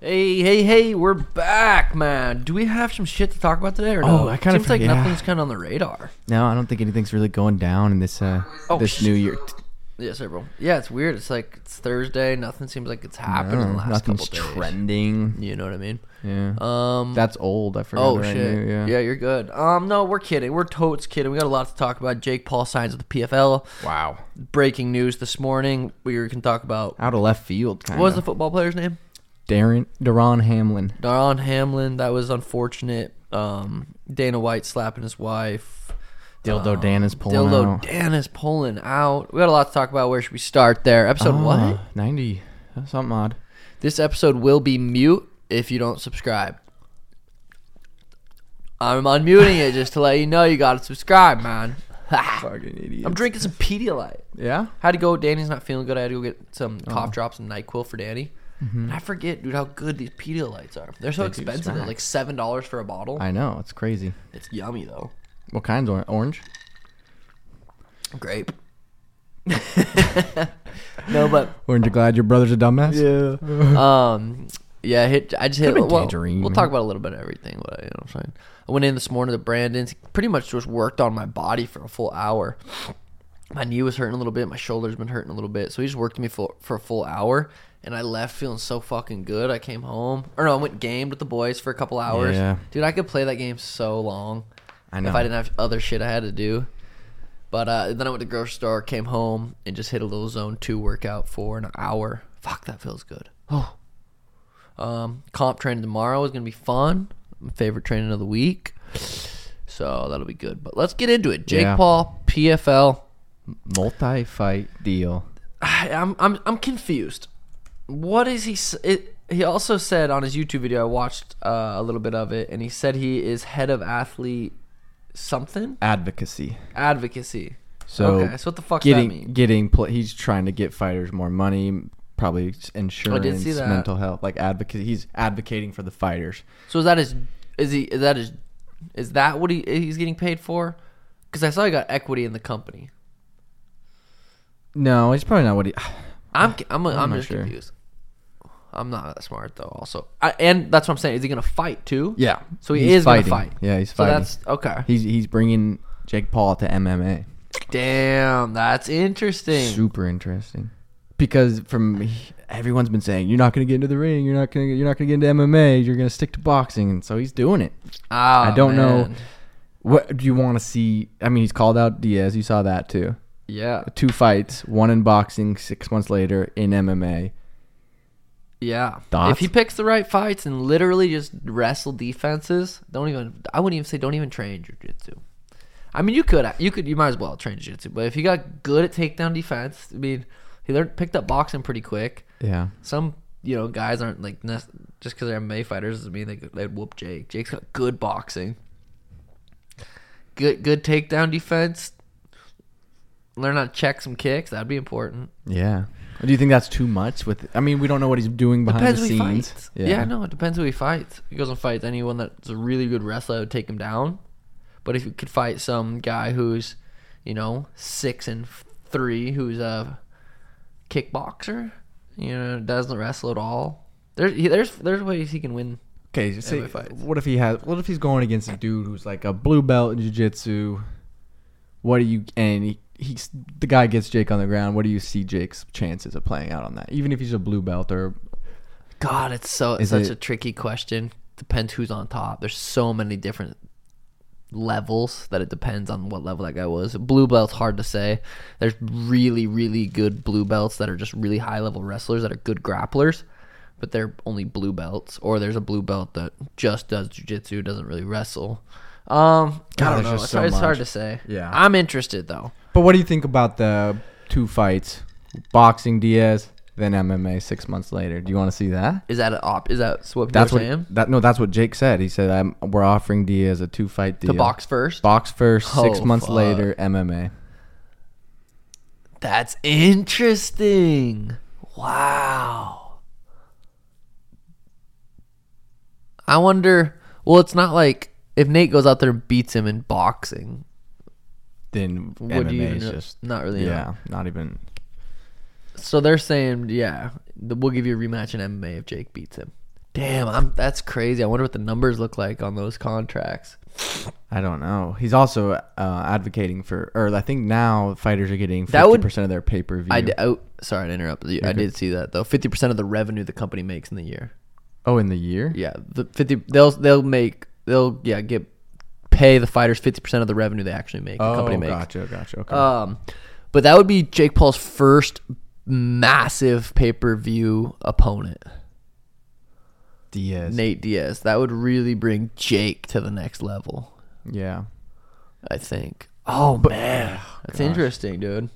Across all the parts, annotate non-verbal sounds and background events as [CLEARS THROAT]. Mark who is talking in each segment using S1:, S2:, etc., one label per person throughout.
S1: Hey, hey, hey, we're back, man. Do we have some shit to talk about today or no?
S2: Oh, I kinda
S1: Seems like
S2: forget-
S1: nothing's kind of on the radar.
S2: No, I don't think anything's really going down in this uh
S1: Oh,
S2: this
S1: sh-
S2: new year.
S1: Yes, April. Yeah, it's weird. It's like it's Thursday. Nothing seems like it's happened in the
S2: No,
S1: last
S2: nothing's
S1: couple days.
S2: trending.
S1: You know what I mean?
S2: Yeah.
S1: Um.
S2: That's old. I forgot.
S1: oh
S2: that I
S1: shit.
S2: knew,
S1: yeah.
S2: yeah.
S1: you're good. Um. No, we're kidding. We're totes kidding. We got a lot to talk about. Jake Paul signs with the PFL.
S2: Wow.
S1: Breaking news this morning. We can talk about
S2: Out of left field, kind
S1: what was the
S2: of.
S1: football player's name?
S2: Darren Daron Hamlin.
S1: Daron Hamlin. That was unfortunate. Um. Dana White slapping his wife.
S2: Dildo
S1: Um,
S2: Dan is pulling
S1: Dildo
S2: out.
S1: Dan is pulling out. We got a lot to talk about. Where should we start there? Episode what?
S2: Ah, Ninety. That's something odd.
S1: This episode will be mute if you don't subscribe. I'm unmuting it just to let you know you gotta subscribe, man.
S2: Fucking idiot.
S1: I'm drinking some Pedialyte.
S2: yeah.
S1: Had to go. Danny's not feeling good. I had to go get some
S2: Oh.
S1: cough drops and Nyquil for Danny. And I forget, dude, how good these Pedialytes are. They're so
S2: Mm-hmm. They do
S1: expensive. They're
S2: smack.
S1: like seven dollars for a bottle.
S2: I know. It's crazy.
S1: it's yummy though.
S2: What kinds? Or- Orange.
S1: Grape. [LAUGHS] no, but
S2: Orange. You're glad your brother's a dumbass.
S1: Yeah.
S2: [LAUGHS]
S1: um. Yeah. Hit. I just hit.
S2: Could've been
S1: Well,
S2: tangerine.
S1: we'll talk about a little bit of everything. But you know what I'm saying. I went in this morning to Brandon's. Pretty much just worked on my body for a full hour. My knee was hurting a little bit. My shoulder's been hurting a little bit. So he just worked me for for a full hour, and I left feeling so fucking good. I came home, or no, I went gamed with the boys for a couple hours.
S2: Yeah.
S1: Dude, I could play that game so long
S2: I know.
S1: if I didn't have other shit I had to do. But uh, then I went to the grocery store, came home, and just hit a little zone two workout for an hour. Fuck, that feels good. Oh. Um, comp training tomorrow is gonna be fun. My favorite training of the week. So that'll be good. But let's get into it. Jake
S2: Yeah.
S1: Paul, PFL.
S2: Multi-fight deal.
S1: I, I'm I'm I'm confused. What is he? s- It, he also said on his YouTube video I watched uh, a little bit of it, and he said he is head of athlete something
S2: Advocacy.
S1: advocacy.
S2: So
S1: okay, so what the fuck
S2: getting
S1: that mean?
S2: getting pl- he's trying to get fighters more money probably s- insurance
S1: that.
S2: mental health like advocate he's advocating for the fighters
S1: So is that his? Is he? Is that his? Is that what he he's getting paid for? Because I saw he got equity in the company.
S2: no he's probably not what he [SIGHS]
S1: I'm I'm I'm,
S2: not
S1: just
S2: sure.
S1: confused. I'm not that smart though. Also, I, and that's what I'm saying. Is he gonna fight too?
S2: yeah
S1: So he
S2: He's
S1: is
S2: fighting.
S1: gonna fight.
S2: yeah he's
S1: So
S2: fighting
S1: that's okay.
S2: he's he's bringing Jake Paul to MMA
S1: Damn, that's interesting.
S2: super interesting because from everyone's been saying you're not going to get into the ring you're not going to you're not going to get into MMA you're going to stick to boxing and so he's doing it
S1: Ah,
S2: I don't know
S1: man.
S2: what do you want to see I mean he's called out Diaz you saw that too
S1: Yeah,
S2: two fights, one in boxing, six months later in MMA.
S1: yeah.
S2: Thoughts?
S1: If he picks the right fights and literally just wrestle defenses, don't even. I wouldn't even say don't even train jujitsu. I mean, you could, you could, you might as well train jujitsu. But if he got good at takedown defense, I mean, he learned picked up boxing pretty quick.
S2: Yeah.
S1: Some you know guys aren't like nes- just because they're MMA fighters doesn't mean they could- they'd whoop Jake. Jake's got good boxing, good good takedown defense. Learn how to check some kicks. That'd be important.
S2: Yeah. Do you think that's too much? With I mean, we don't know what he's doing behind
S1: depends
S2: the
S1: who he
S2: scenes.
S1: fights. Yeah. no, it depends who he fights. If he goes and fights anyone that's a really good wrestler, I would take him down. But if you could fight some guy who's, you know, six and f- three, who's a kickboxer, you know, doesn't wrestle at all. There's he- there's there's ways he can win.
S2: Okay. Say,
S1: MMA fights.
S2: what if he has? What if he's going against a dude who's like a blue belt in jiu-jitsu? What do you and he, he's the guy gets Jake on the ground? What do you see Jake's chances of playing out on that? Even if he's a blue belt or
S1: God, it's so
S2: Is
S1: such
S2: it-
S1: a tricky question. Depends who's on top. There's so many different levels that it depends on what level that guy was. Blue belt's hard to say. There's really, really good blue belts that are just really high level wrestlers that are good grapplers, but they're only blue belts. Or there's a blue belt that just does jujitsu, doesn't really wrestle. Um,
S2: God,
S1: I don't
S2: there's
S1: know.
S2: just
S1: It's,
S2: so
S1: hard, it's hard
S2: much.
S1: to say.
S2: Yeah.
S1: I'm interested though.
S2: But what do you think about the two fights, boxing Diaz, then MMA six months later? Do you want to see that?
S1: Is that an op? Is that what people
S2: That's
S1: are
S2: what
S1: saying?
S2: that no, that's what Jake said. He said I'm, we're offering Diaz a two fight deal.
S1: To box first.
S2: box first. Six
S1: Oh,
S2: months
S1: fuck.
S2: later, MMA.
S1: That's interesting. Wow. I wonder. Well, it's not like if Nate goes out there and beats him in boxing.
S2: Then
S1: Would you
S2: MMA
S1: even
S2: is
S1: know?
S2: just
S1: Not really.
S2: yeah,
S1: Yeah.
S2: not even.
S1: So they're saying, yeah, th- we'll give you a rematch in MMA if Jake beats him. Damn, I'm, that's crazy. I wonder what the numbers look like on those contracts.
S2: I don't know. He's also uh, advocating for, or I think now fighters are getting
S1: That
S2: fifty
S1: would-
S2: percent of their pay per view.
S1: I d- oh, sorry to interrupt you. I did see that though. Fifty percent of the revenue the company makes in the year.
S2: oh, in the year,
S1: Yeah, the fifty. They'll they'll make they'll yeah get pay the fighters fifty percent of the revenue they actually make. The
S2: oh,
S1: company makes.
S2: gotcha, gotcha. Okay,
S1: Um, but that would be Jake Paul's first massive pay per view opponent,
S2: Diaz.
S1: Nate Diaz. That would really bring Jake to the next level.
S2: Yeah.
S1: I think. Oh
S2: [SIGHS]
S1: man, that's interesting, dude.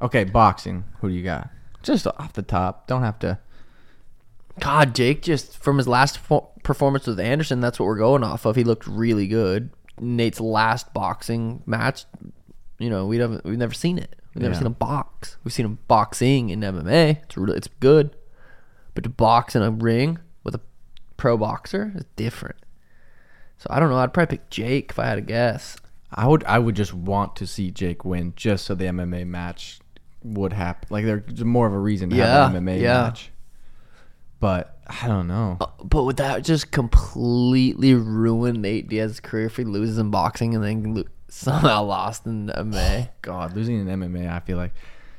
S2: Okay, boxing. Who do you got? Just off the top. Don't have to.
S1: God, Jake just from his last fo- performance with Anderson, that's what we're going off of. He looked really good. Nate's last boxing match, you know, we haven't we've never seen it. We've never
S2: Yeah.
S1: seen him box. We've seen him boxing in MMA. It's really it's good, but to box in a ring with a pro boxer is different. So I don't know. I'd probably pick Jake if I had to guess.
S2: I would. I would just want to see Jake win, just so the MMA match would happen. Like there's more of a reason to have
S1: Yeah,
S2: an MMA
S1: yeah.
S2: match. But I don't know.
S1: But would that just completely ruin Nate Diaz's career if he loses in boxing and then lo- somehow lost in MMA?
S2: [SIGHS] God, Oh, losing in MMA, I feel like.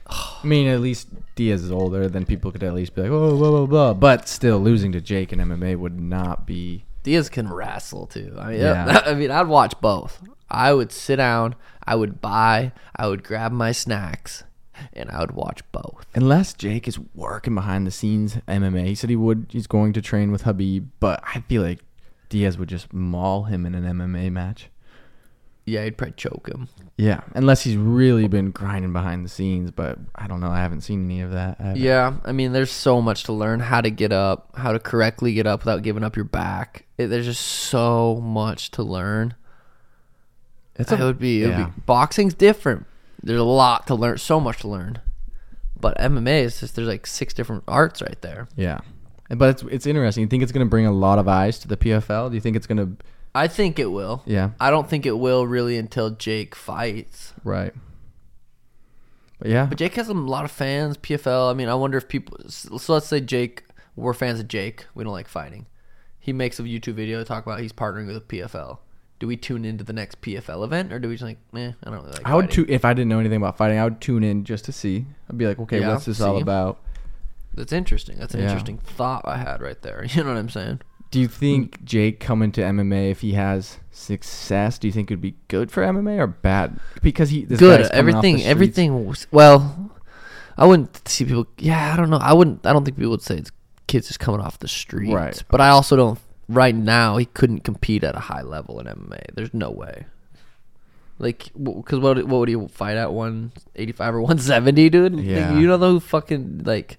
S2: I mean, at least Diaz is older. Then people could at least be like, oh, blah blah blah. But still, losing to Jake in MMA would not be.
S1: Diaz can wrestle too. I mean,
S2: Yeah.
S1: [LAUGHS] I mean, I'd watch both. I would sit down, I would buy, I would grab my snacks, and I would watch both.
S2: Unless Jake is working behind the scenes MMA, he said he would. He's going to train with Habib, but I feel like Diaz would just maul him in an MMA match.
S1: Yeah, I'd probably choke him.
S2: Yeah, unless he's really been grinding behind the scenes, but I don't know. I haven't seen any of that. I haven't-
S1: Yeah, I mean, there's so much to learn how to get up, how to correctly get up without giving up your back. It, there's just so much to learn.
S2: it's
S1: it would be, it
S2: yeah.
S1: would be boxing's different. There's a lot to learn, so much to learn. But MMA is just there's like six different arts right there.
S2: yeah. But it's it's interesting. You think it's going to bring a lot of eyes to the PFL? Do you think it's going to?
S1: I think it will.
S2: Yeah,
S1: I don't think it will really until Jake fights.
S2: right. But yeah,
S1: But Jake has a lot of fans. PFL. I mean, I wonder if people. So let's say Jake. We're fans of Jake. We don't like fighting. He makes a YouTube video to talk about he's partnering with PFL. Do we tune into the next PFL event, or do we just like, eh, I don't really like.
S2: I would
S1: fighting.
S2: tune if I didn't know anything about fighting. I would tune in just to see. I'd be like, okay,
S1: Yeah,
S2: what's this all
S1: see.
S2: about?
S1: That's interesting. That's an
S2: Yeah.
S1: interesting thought I had right there. [LAUGHS] You know what I'm saying?
S2: Do you think Jake coming to MMA if he has success? Do you think it would be good for MMA or bad? Because he this
S1: Good.
S2: guy's coming off the
S1: Everything.
S2: streets.
S1: Everything. was- Well, I wouldn't see people. Yeah, I don't know. I wouldn't. I don't think people would say it's kids just coming off the streets.
S2: Right.
S1: But I also don't. Right now, he couldn't compete at a high level in MMA. There's no way. Like, because what what would he fight at one eighty five or one seventy, dude? Like,
S2: Yeah.
S1: you know those fucking like,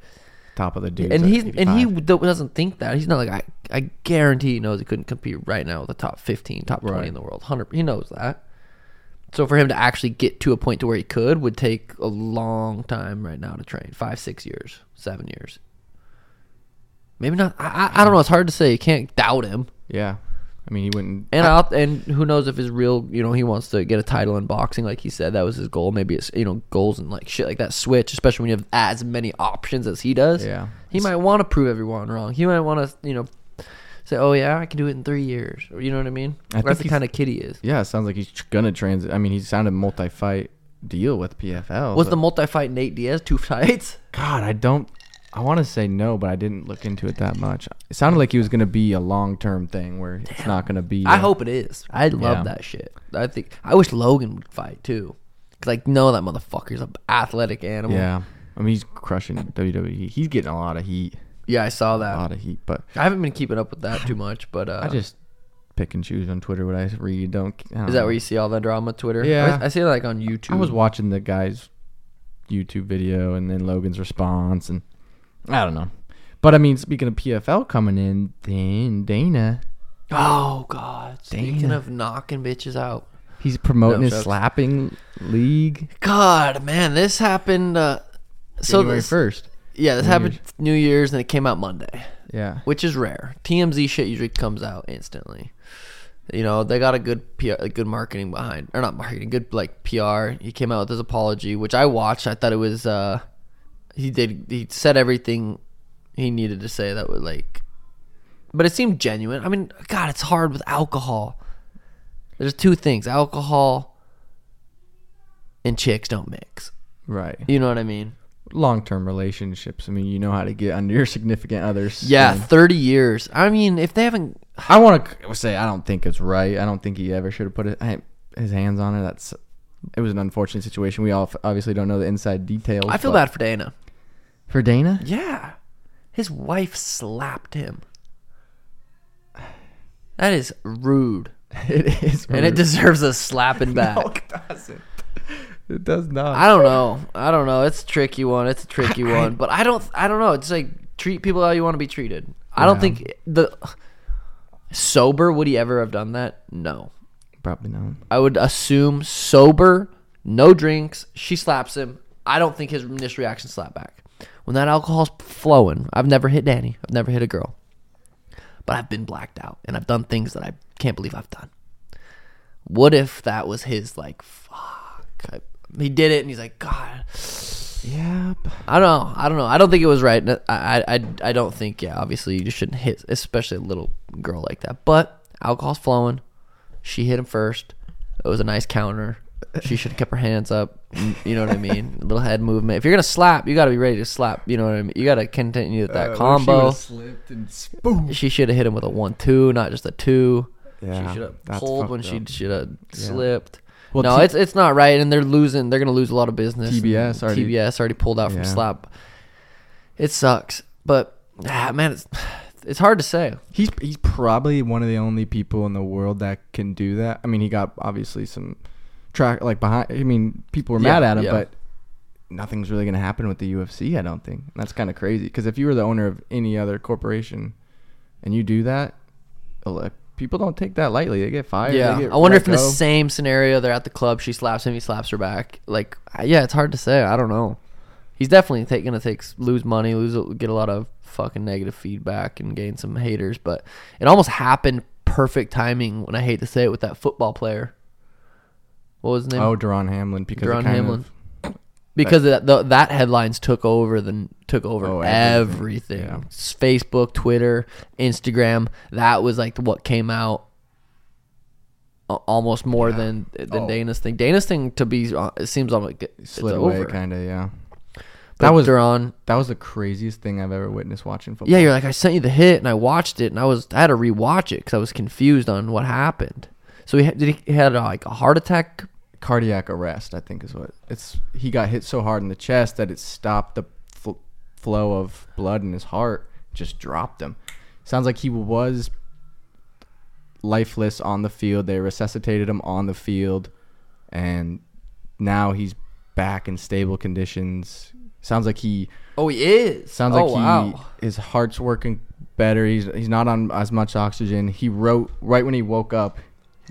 S2: top of the dude.
S1: and he's and he do- doesn't think that he's not like I. I guarantee he knows he couldn't compete right now with the top fifteen, top twenty
S2: Right.
S1: in the world. Hundred, he knows that. So for him to actually get to a point to where he could would take a long time right now to train five, six years, seven years. Maybe not. I, I, I don't know. It's hard to say. You can't doubt him.
S2: yeah. I mean, he wouldn't.
S1: And I'll, and who knows if his real, you know, he wants to get a title in boxing, like he said, that was his goal. Maybe it's you know goals and like shit like that switch, especially when you have as many options as he does.
S2: Yeah.
S1: he might want to prove everyone wrong. He might want to you know say, oh yeah, I can do it in three years. Or, you know what I mean?
S2: I think
S1: That's the
S2: he's-
S1: kind of kid he is.
S2: yeah, it sounds like he's gonna transit. I mean, he signed a multi-fight deal with PFL.
S1: Was
S2: but-
S1: the multi-fight Nate Diaz two [LAUGHS] fights?
S2: God? I don't. I want to say no, but I didn't look into it that much. It sounded like he was gonna be a long-term thing where it's not gonna be.
S1: I
S2: a-
S1: hope it is. I love
S2: Yeah.
S1: that shit. I think I wish Logan would fight too, because like no, that motherfucker's an athletic animal.
S2: Yeah. I mean, he's crushing WWE. He's getting a lot of heat.
S1: yeah, I saw
S2: A
S1: that.
S2: lot of heat, but
S1: I haven't been keeping up with that too much, but uh,
S2: Uh, I just pick and choose on Twitter what I read. Don't. I don't
S1: Is that
S2: know.
S1: where you see all the drama Twitter?
S2: Yeah.
S1: I, I see it like on YouTube.
S2: I was watching the guy's YouTube video and then Logan's response, and I don't know. But I mean, speaking of PFL coming in, then Dana,
S1: oh god. Speaking
S2: Damn.
S1: of knocking bitches out.
S2: he's promoting
S1: No,
S2: his
S1: jokes.
S2: slapping league
S1: God, man, this happened. Uh, so
S2: January
S1: this,
S2: first.
S1: yeah, this
S2: New
S1: happened New Year's and it came out Monday,
S2: Yeah,
S1: which is rare. TMZ shit usually comes out instantly. You know they got a good PR, a good marketing behind, or not marketing, good like PR. He came out with his apology, which I watched. I thought it was. uh He did. He said everything he needed to say that would like But it seemed genuine. I mean, God, it's hard with alcohol. There's two things alcohol and chicks don't mix.
S2: Right.
S1: You know what I mean?
S2: Long term relationships. I mean, you know how to get under your significant other's.
S1: Yeah,
S2: skin.
S1: 30 years. I mean, if they haven't.
S2: I want to say I don't think it's right. I don't think he ever should have put it, I, his hands on her. That's it was an unfortunate situation. We all f- obviously don't know the inside details.
S1: I feel
S2: but-
S1: bad for Dana. [LAUGHS]
S2: for Dana.
S1: Yeah. His wife slapped him. That is rude.
S2: [LAUGHS] It is,
S1: And it deserves a slapping back.
S2: [LAUGHS] no, it doesn't. It does not.
S1: I don't know. I don't know. It's a tricky one. It's a tricky one. But I don't. I don't know. It's like treat people how you want to be treated. I don't
S2: Yeah.
S1: think the sober would he ever have done that. No,
S2: Probably not.
S1: I would assume sober, no drinks. She slaps him. I don't think his initial reaction is slap back. When that alcohol's flowing, I've never hit Danny. I've never hit a girl. But I've been blacked out and I've done things that I can't believe I've done. What if that was his like fuck? I, he did it and he's like, God,
S2: Yeah. b-
S1: I don't know. I don't know. I don't think it was right. N- I, I, I- I don't think, yeah, obviously you just shouldn't hit, especially a little girl like that. But alcohol's flowing. She hit him first. It was a nice counter. She should have kept her hands up. Mm, You know what I
S2: [LAUGHS]
S1: mean? little head movement. If you're going to slap, you got to be ready to slap. You know what I mean? You got to continue with that
S2: Uh,
S1: combo.
S2: She slipped and s- boom.
S1: She should have hit him with a 1 2, not just a 2.
S2: Yeah,
S1: she should have
S2: that's
S1: pulled when
S2: fucked
S1: she
S2: up.
S1: should have
S2: Yeah.
S1: slipped.
S2: Well,
S1: no,
S2: T-
S1: it's it's not right, and they're losing. They're gonna lose a lot of business.
S2: TBS already-
S1: TBS already pulled out from
S2: Yeah.
S1: slap. It sucks, but ah, man, it's it's hard to say.
S2: He's he's probably one of the only people in the world that can do that. I mean, he got obviously some track like behind. I mean, people were
S1: Yeah,
S2: mad at him,
S1: yeah.
S2: but nothing's really gonna happen with the UFC. I don't think And that's kind of crazy because if you were the owner of any other corporation and you do that, ele- people don't take that lightly. They get fired.
S1: yeah,
S2: they get
S1: I wonder
S2: let
S1: if in the
S2: go.
S1: same scenario they're at the club, she slaps him, he slaps her back. Like, I- yeah, it's hard to say. I don't know. He's definitely take, gonna take lose money, lose a- get a lot of fucking negative feedback, and gain some haters. But it almost happened perfect timing. When I hate to say it, with that football player. What was his name?
S2: oh, Deron Hamlin because it
S1: Deron
S2: kind
S1: Hamlin.
S2: of-
S1: because that the, that headlines took over the took over
S2: Oh,
S1: everything.
S2: everything. Yeah.
S1: S- Facebook, Twitter, Instagram. That was like what came out a- almost more than than
S2: Oh.
S1: Dana's thing. Dana's thing to be uh, it seems like it- it's
S2: slid away,
S1: over.
S2: kind of yeah.
S1: But
S2: That was
S1: Duran.
S2: that was the craziest thing I've ever witnessed watching football.
S1: Yeah, you're like I sent you the hit and I watched it and I was I had to rewatch it because I was confused on what happened. So he had, did he, he had uh, like a heart attack.
S2: cardiac arrest. I think is what it's. He got hit so hard in the chest that it stopped the fl- flow of blood in his heart, just dropped him. Sounds like he was lifeless on the field. They resuscitated him on the field, and now he's back in stable conditions. Sounds like he
S1: Oh, he is.
S2: Sounds
S1: oh,
S2: like he his heart's working better. He's he's not on as much oxygen. He wrote right when he woke up.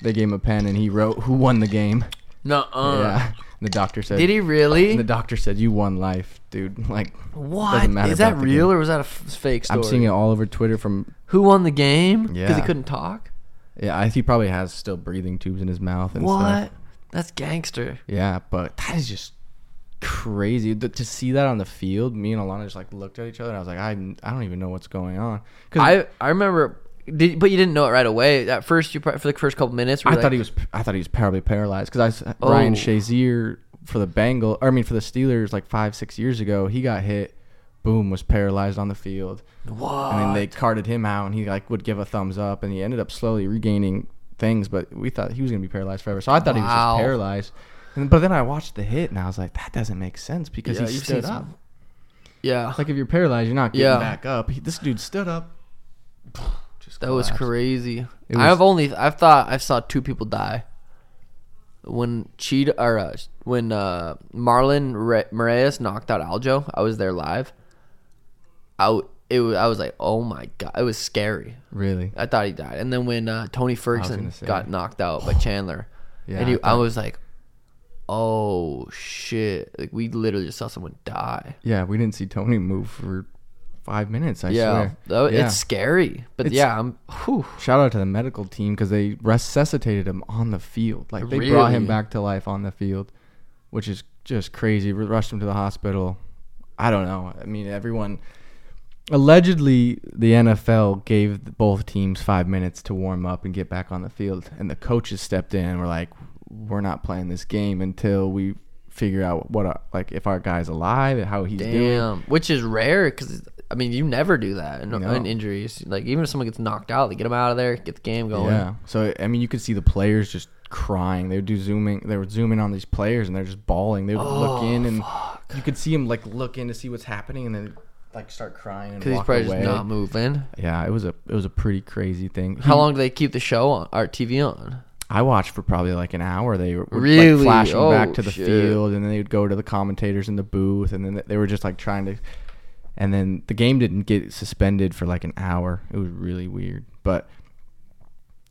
S2: They gave him a pen and he wrote who won the game.
S1: Nuh-uh.
S2: Yeah. And the doctor said
S1: Uh, Did he really?
S2: and the doctor said you won life, dude. [LAUGHS] Like
S1: What
S2: doesn't matter
S1: is that
S2: about the
S1: real
S2: game.
S1: or was that a f- fake story?
S2: I'm seeing it all over Twitter from
S1: Who won the game? Because
S2: Yeah.
S1: he couldn't talk.
S2: yeah, I, he probably has still breathing tubes in his mouth and
S1: What?
S2: stuff.
S1: That's gangster.
S2: Yeah, but that is just crazy Th- to see that on the field. Me and Alana just like looked at each other. and I was like, I, I don't even know what's going on. Cause
S1: I I remember, did, but you didn't know it right away. At first, you pro- for the first couple minutes, we
S2: I
S1: were like,
S2: thought he was. I thought he was probably paralyzed because I s- Ryan
S1: Oh.
S2: Shazier for the Bengal. Or I mean, for the Steelers, like five six years ago, he got hit. Boom, was paralyzed on the field,
S1: What?
S2: and then they carted him out, and he like would give a thumbs up, and he ended up slowly regaining things. But we thought he was gonna be paralyzed forever, so I thought he was
S1: Wow.
S2: just paralyzed. And, but then I watched the hit, and I was like, that doesn't make sense because
S1: Yeah,
S2: he
S1: you've
S2: stood
S1: seen
S2: up.
S1: some- yeah,
S2: Like if you're paralyzed, you're not getting
S1: Yeah.
S2: back up. He, this dude stood up. Just
S1: that was
S2: collapsed.
S1: crazy.
S2: It
S1: I've
S2: was-
S1: only I've thought I saw two people die. When Cheetah or uh, when uh, Marlon Re- Moraes knocked out Aljo, I was there live. I w- it was, I was like, oh my god, it was scary.
S2: Really.
S1: I thought he died. And then when uh, Tony Ferguson
S2: gonna say.
S1: got knocked out by Chandler,
S2: [SIGHS] Yeah,
S1: and he,
S2: I
S1: I,
S2: thought-
S1: was like, "Oh shit!" Like we literally just saw someone die.
S2: Yeah, we didn't see Tony move for five minutes. I
S1: yeah,
S2: swear.
S1: That-
S2: yeah.
S1: it's scary. But
S2: It's-
S1: yeah, I'm. Whew,
S2: Shout out to the medical team because they resuscitated him on the field. Like they brought
S1: Really?
S2: him back to life on the field, which is just crazy. We rushed him to the hospital. I don't know. I mean, everyone. Allegedly, the NFL gave both teams five minutes to warm up and get back on the field, and the coaches stepped in and were like, "We're not playing this game until we figure out what our, like if our guy's alive and how he's doing."
S1: Damn, which is rare because I mean you never do that in,
S2: No.
S1: in injuries. Like even if someone gets knocked out, they get them out of there, get the game going.
S2: Yeah. So I mean, you could see the players just crying. They would do zooming. They were zooming on these players, and they're just bawling. They would look
S1: Oh,
S2: in, and you could see them like look in to see what's happening, and then like start crying and
S1: Because he's
S2: walk
S1: probably
S2: away. Hmm.
S1: just not moving.
S2: yeah, it was a it was a pretty crazy thing.
S1: How
S2: He-
S1: long do they keep the show on or TV on?
S2: I watched for probably like an hour. They were
S1: Really?
S2: like flashing
S1: Oh,
S2: back to the
S1: shit.
S2: field, and then they would go to the commentators in the booth, and then they were just like trying to. And then the game didn't get suspended for like an hour. It was really weird. But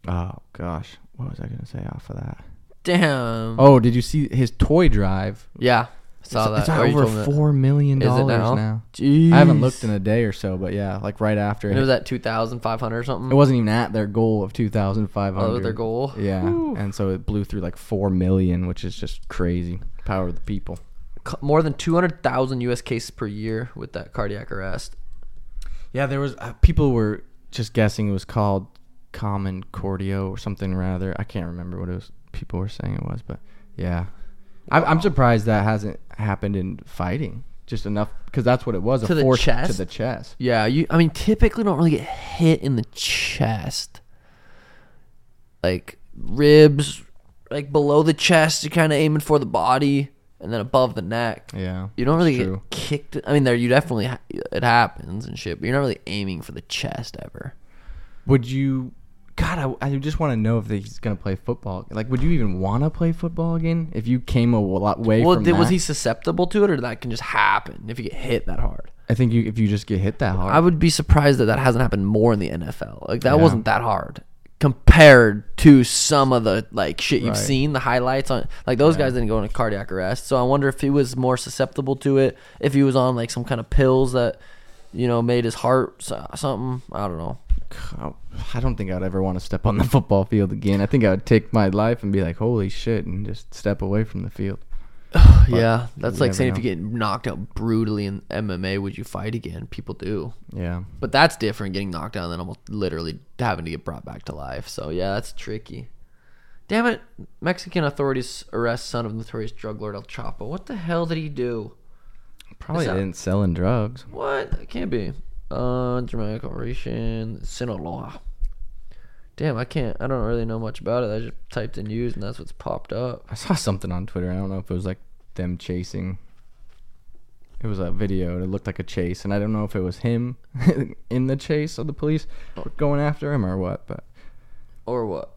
S2: oh gosh, what was I gonna say off of that?
S1: Damn.
S2: Oh, did you see his toy drive?
S1: Yeah, saw
S2: it's,
S1: that.
S2: It's
S1: Or you
S2: over
S1: told me that.
S2: four million
S1: Is it
S2: dollars
S1: now?
S2: now. I haven't looked in a day or so, but yeah, like right after
S1: And it
S2: it,
S1: was at two thousand five hundred or something.
S2: it wasn't even at their goal of two thousand five
S1: Oh,
S2: hundred.
S1: their goal.
S2: Yeah, and so it blew through like four million, which is just crazy. Power of the people.
S1: C- More than two hundred thousand U.S. cases per year with that cardiac arrest.
S2: Yeah, there was uh, people were just guessing it was called common cordio or something rather. I can't remember what it was. People were saying it was, but yeah, I, I'm surprised that hasn't happened in fighting. Just enough because that's what it was—a
S1: To the
S2: force to
S1: chest?
S2: the chest.
S1: Yeah, you. I mean, typically don't really get hit in the chest, like ribs, like below the chest. You're kind of aiming for the body, and then above the neck.
S2: Yeah,
S1: You don't
S2: it's
S1: really
S2: true.
S1: get kicked. I mean, there you definitely ha- it happens and shit, but you're not really aiming for the chest ever.
S2: Would you? God, I, I just want to know if he's gonna play football. Like, would you even want to play football again if you came a lot way
S1: Well,
S2: from
S1: did, was
S2: that?
S1: he susceptible to it, or that can just happen if you get hit that hard?
S2: I think you if you just get hit that hard.
S1: I would be surprised that that hasn't happened more in the NFL. Like that
S2: Yeah.
S1: wasn't that hard compared to some of the like shit you've
S2: Right.
S1: seen the highlights on like those guys didn't go into cardiac arrest so i wonder if he was more susceptible to it if he was on like some kind of pills that you know made his heart so- something i don't know
S2: I don't think I'd ever want to step on the [LAUGHS] football field again. I think I would take my life and be like, "Holy shit!" and just step away from the field.
S1: yeah that's like
S2: never
S1: saying if you get knocked out brutally in mma would you fight again people do
S2: Yeah,
S1: but that's different getting knocked down than almost literally having to get brought back to life. So yeah, that's tricky. Damn it! Mexican authorities arrest son of notorious drug lord El Chapo. What the hell did he do?
S2: probably
S1: that-
S2: didn't selling drugs.
S1: What? It can't be. Uh, dramatic operation Sinaloa. Damn, I can't. I don't really know much about it. I just typed in news and that's what's popped up.
S2: I saw something on Twitter. I don't know if it was like them chasing. It was a video and it looked like a chase, and I don't know if it was him [LAUGHS] in the chase or the police were going after him or what, but
S1: Or what?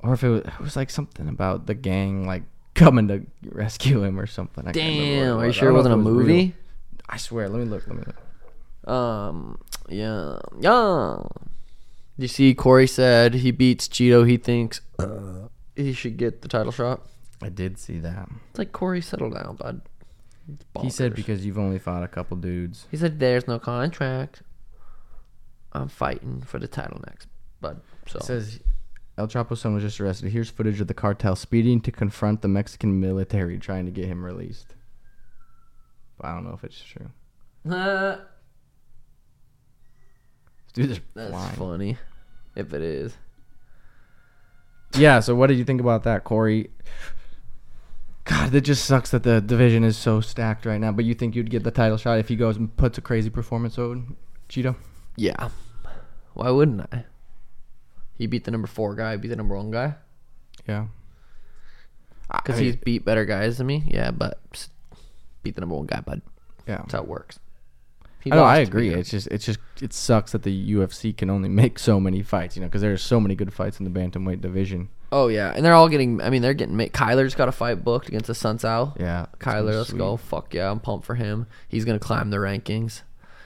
S2: or if it was, it was like something about the gang like coming to rescue him or something. I can't remember
S1: Damn,
S2: what
S1: are you
S2: was. I
S1: sure it
S2: don't know
S1: wasn't a
S2: if was real.
S1: movie?
S2: I swear. Let me look. Let me look.
S1: Um. Yeah. Yeah. You see, Corey said he beats Cheeto. He thinks uh, he should get the title shot.
S2: I did see that.
S1: It's like Corey, settle down, bud. It's
S2: He said
S1: bonkers.
S2: because you've only fought a couple dudes.
S1: he said there's no contract. I'm fighting for the title next, bud. So [LAUGHS]
S2: It says El Chapo son was just arrested. Here's footage of the cartel speeding to confront the Mexican military trying to get him released. But I don't know if it's true.
S1: Uh,
S2: Dude, is
S1: that's
S2: flying.
S1: funny. If it is,
S2: Yeah. So what did you think about that, Corey? God, that just sucks that the division is so stacked right now. But you think you'd get the title shot if he goes and puts a crazy performance on Cheeto?
S1: yeah. Why wouldn't I? He beat the number four guy. I beat the number one guy
S2: Yeah. I- I
S1: because
S2: mean,
S1: he's beat better guys than me. Yeah, but psst, beat the number one guy, bud.
S2: yeah.
S1: That's how it works. He
S2: I know,
S1: lost
S2: I
S1: to me.
S2: agree. It's just, it's just, it sucks that the UFC can only [LAUGHS] make so many fights, you know, because there's so many good fights in the bantamweight division.
S1: Oh yeah, and they're all getting. I mean, they're getting. ma- Kyler's got a fight booked against the Sun Sal.
S2: Yeah, it's gonna
S1: Kyler,
S2: be
S1: let's
S2: sweet.
S1: go. Fuck yeah, I'm pumped for him. He's gonna climb the rankings.